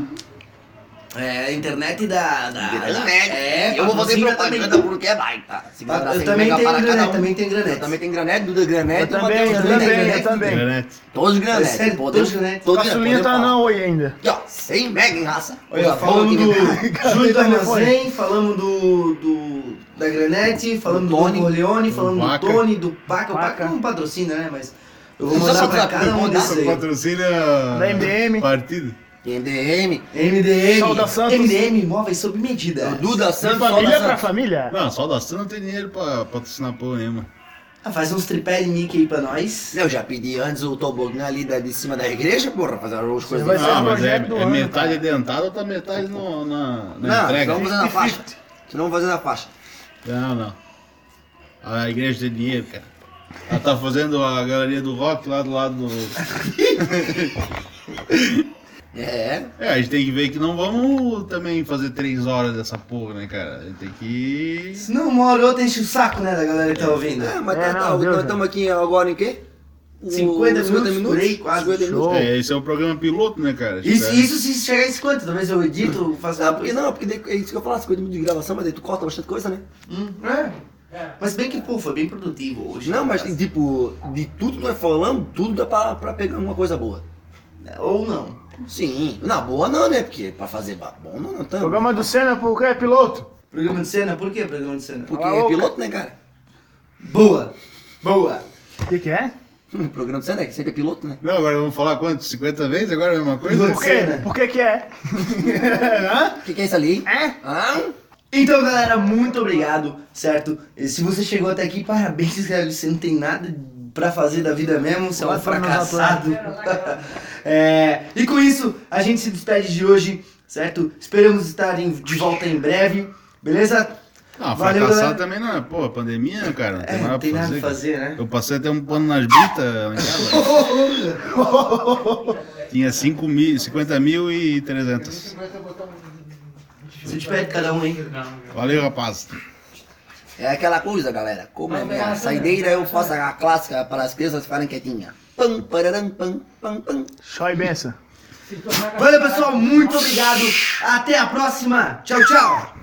S1: É, a internet da. da, da
S3: É, eu vou fazer
S1: patrocina
S3: propaganda
S1: também.
S3: porque é baita. Se
S1: Ah,
S3: mandar
S1: Eu
S3: sem
S1: também
S3: pegar
S1: tenho
S3: para cada
S1: granete,
S3: um.
S1: também tenho granete.
S3: Eu também É, tem granete, Duda granete.
S4: Eu também, eu
S3: Matheus
S4: também, eu
S3: granete.
S4: também.
S2: Internet.
S3: Todos os granetes.
S1: É sério,
S3: podemos-
S1: todos os granetes.
S3: todos-
S4: Caçulinha tá
S3: podemos falar.
S4: na oi ainda.
S3: Aqui, ó, 100 mega em raça.
S1: Olha,
S3: Coisa
S1: falamos
S3: boa
S1: do
S3: que nem-
S1: Júlio
S3: tá
S1: do
S4: telefone.
S1: Armazém, falamos do, do- da Granete, falamos do,
S3: Do Tony.
S1: Corleone, falamos do,
S2: Vaca.
S1: Tony, do Paca. O Paca
S4: Paca.
S1: não patrocina, né? Mas eu vou
S3: Só
S1: mandar
S3: pra
S1: pra
S3: tra-
S1: cada um
S3: mandar
S1: desses aí.
S2: Patrocina.
S4: Da MDM.
S2: Partido.
S3: MDM.
S1: MDM,
S4: Sauda Santos.
S1: MDM, imóveis sob medida.
S3: O Duda
S4: De
S3: Santos.
S4: família
S3: Sauda
S4: pra
S3: Santos.
S4: família.
S2: Não, só da Santa não tem dinheiro pra patrocinar porra nenhuma.
S1: Ah, faz uns tripé de Mickey aí pra nós.
S3: Eu já pedi antes o tobogã ali da, de cima da igreja, porra, fazer as coisas.
S4: vai
S3: Não,
S4: ser
S2: Ah,
S4: o
S2: mas é,
S4: projeto do
S2: é
S4: ano,
S2: metade
S4: cara.
S2: adiantada, outra metade no, na, na
S3: não,
S2: entrega.
S3: vamos fazer na faixa. Senão vamos fazer na faixa.
S2: Não, não. A igreja tem dinheiro, cara. Ela tá fazendo a galeria do rock lá do lado do.
S3: É,
S2: É, a gente tem que ver que não vamos também fazer três horas dessa porra, né, cara? A gente tem que.
S1: Se não, uma hora ou outra enche o saco, né, da galera que tá ouvindo.
S3: é mas
S4: É,
S3: tá,
S4: não,
S3: tá,
S4: Deus,
S3: nós estamos aqui agora em quê? O-
S1: 50 minutos, por aí, quase.
S3: 50 minutos.
S4: Show.
S2: É, esse é o programa piloto, né, cara? A gente
S1: Isso,
S2: tá-
S1: isso se chegar em 50, talvez eu edito, faço
S3: Ah, porque não, porque daí, é isso é. que eu falo, 50 minutos de gravação, mas daí tu corta bastante coisa, né?
S1: Hum, é. Mas bem que, pô, foi bem produtivo hoje. né?
S3: Não, mas tipo, de tudo que nós falamos, tudo dá pra, pra pegar uma coisa boa.
S1: Ou não.
S3: Sim, na boa não, né? Porque pra fazer ba- bom não, não tanto.
S4: Programa do Senna pro que é piloto?
S1: Programa de cena, por que programa de cena?
S3: Porque
S4: Alô,
S3: é piloto, né, cara?
S1: Boa! Boa!
S4: O que, que é?
S3: Hum, programa do Senna, que sempre é piloto, né?
S2: Não, agora vamos falar quanto? 50 vezes? Agora é a mesma coisa?
S4: Por quê? Por que que é?
S3: O que, que é isso ali?
S4: É?
S3: Ah,
S1: Então, galera, muito obrigado, certo? E se você chegou até aqui, parabéns, cara. Você não tem nada pra fazer da vida mesmo, você é um
S4: Quatro anos né?
S1: fracassado. É, e com isso, a gente se despede de hoje, certo? Esperamos estar em- de volta em breve, beleza?
S2: Ah,
S1: Valeu, galera.
S2: fracassado também não é. Pô, pandemia, né, cara? Não tem
S1: É,
S2: nada
S1: não tem
S2: pra
S1: nada
S2: fazer.
S1: pra fazer, né?
S2: cara. Eu passei até um pano nas britas lá em casa. Tinha 5 mil, 50 mil e 300. é
S1: Se despede cada um, hein?
S2: Valeu, rapaz.
S3: é aquela coisa, galera. Como é minha saideira, eu faço a clássica para as crianças ficarem quietinhas. Pam, pararam, pam, pam, pam.
S4: Show e benção.
S1: Valeu, pessoal, muito obrigado. Até a próxima. Tchau, tchau.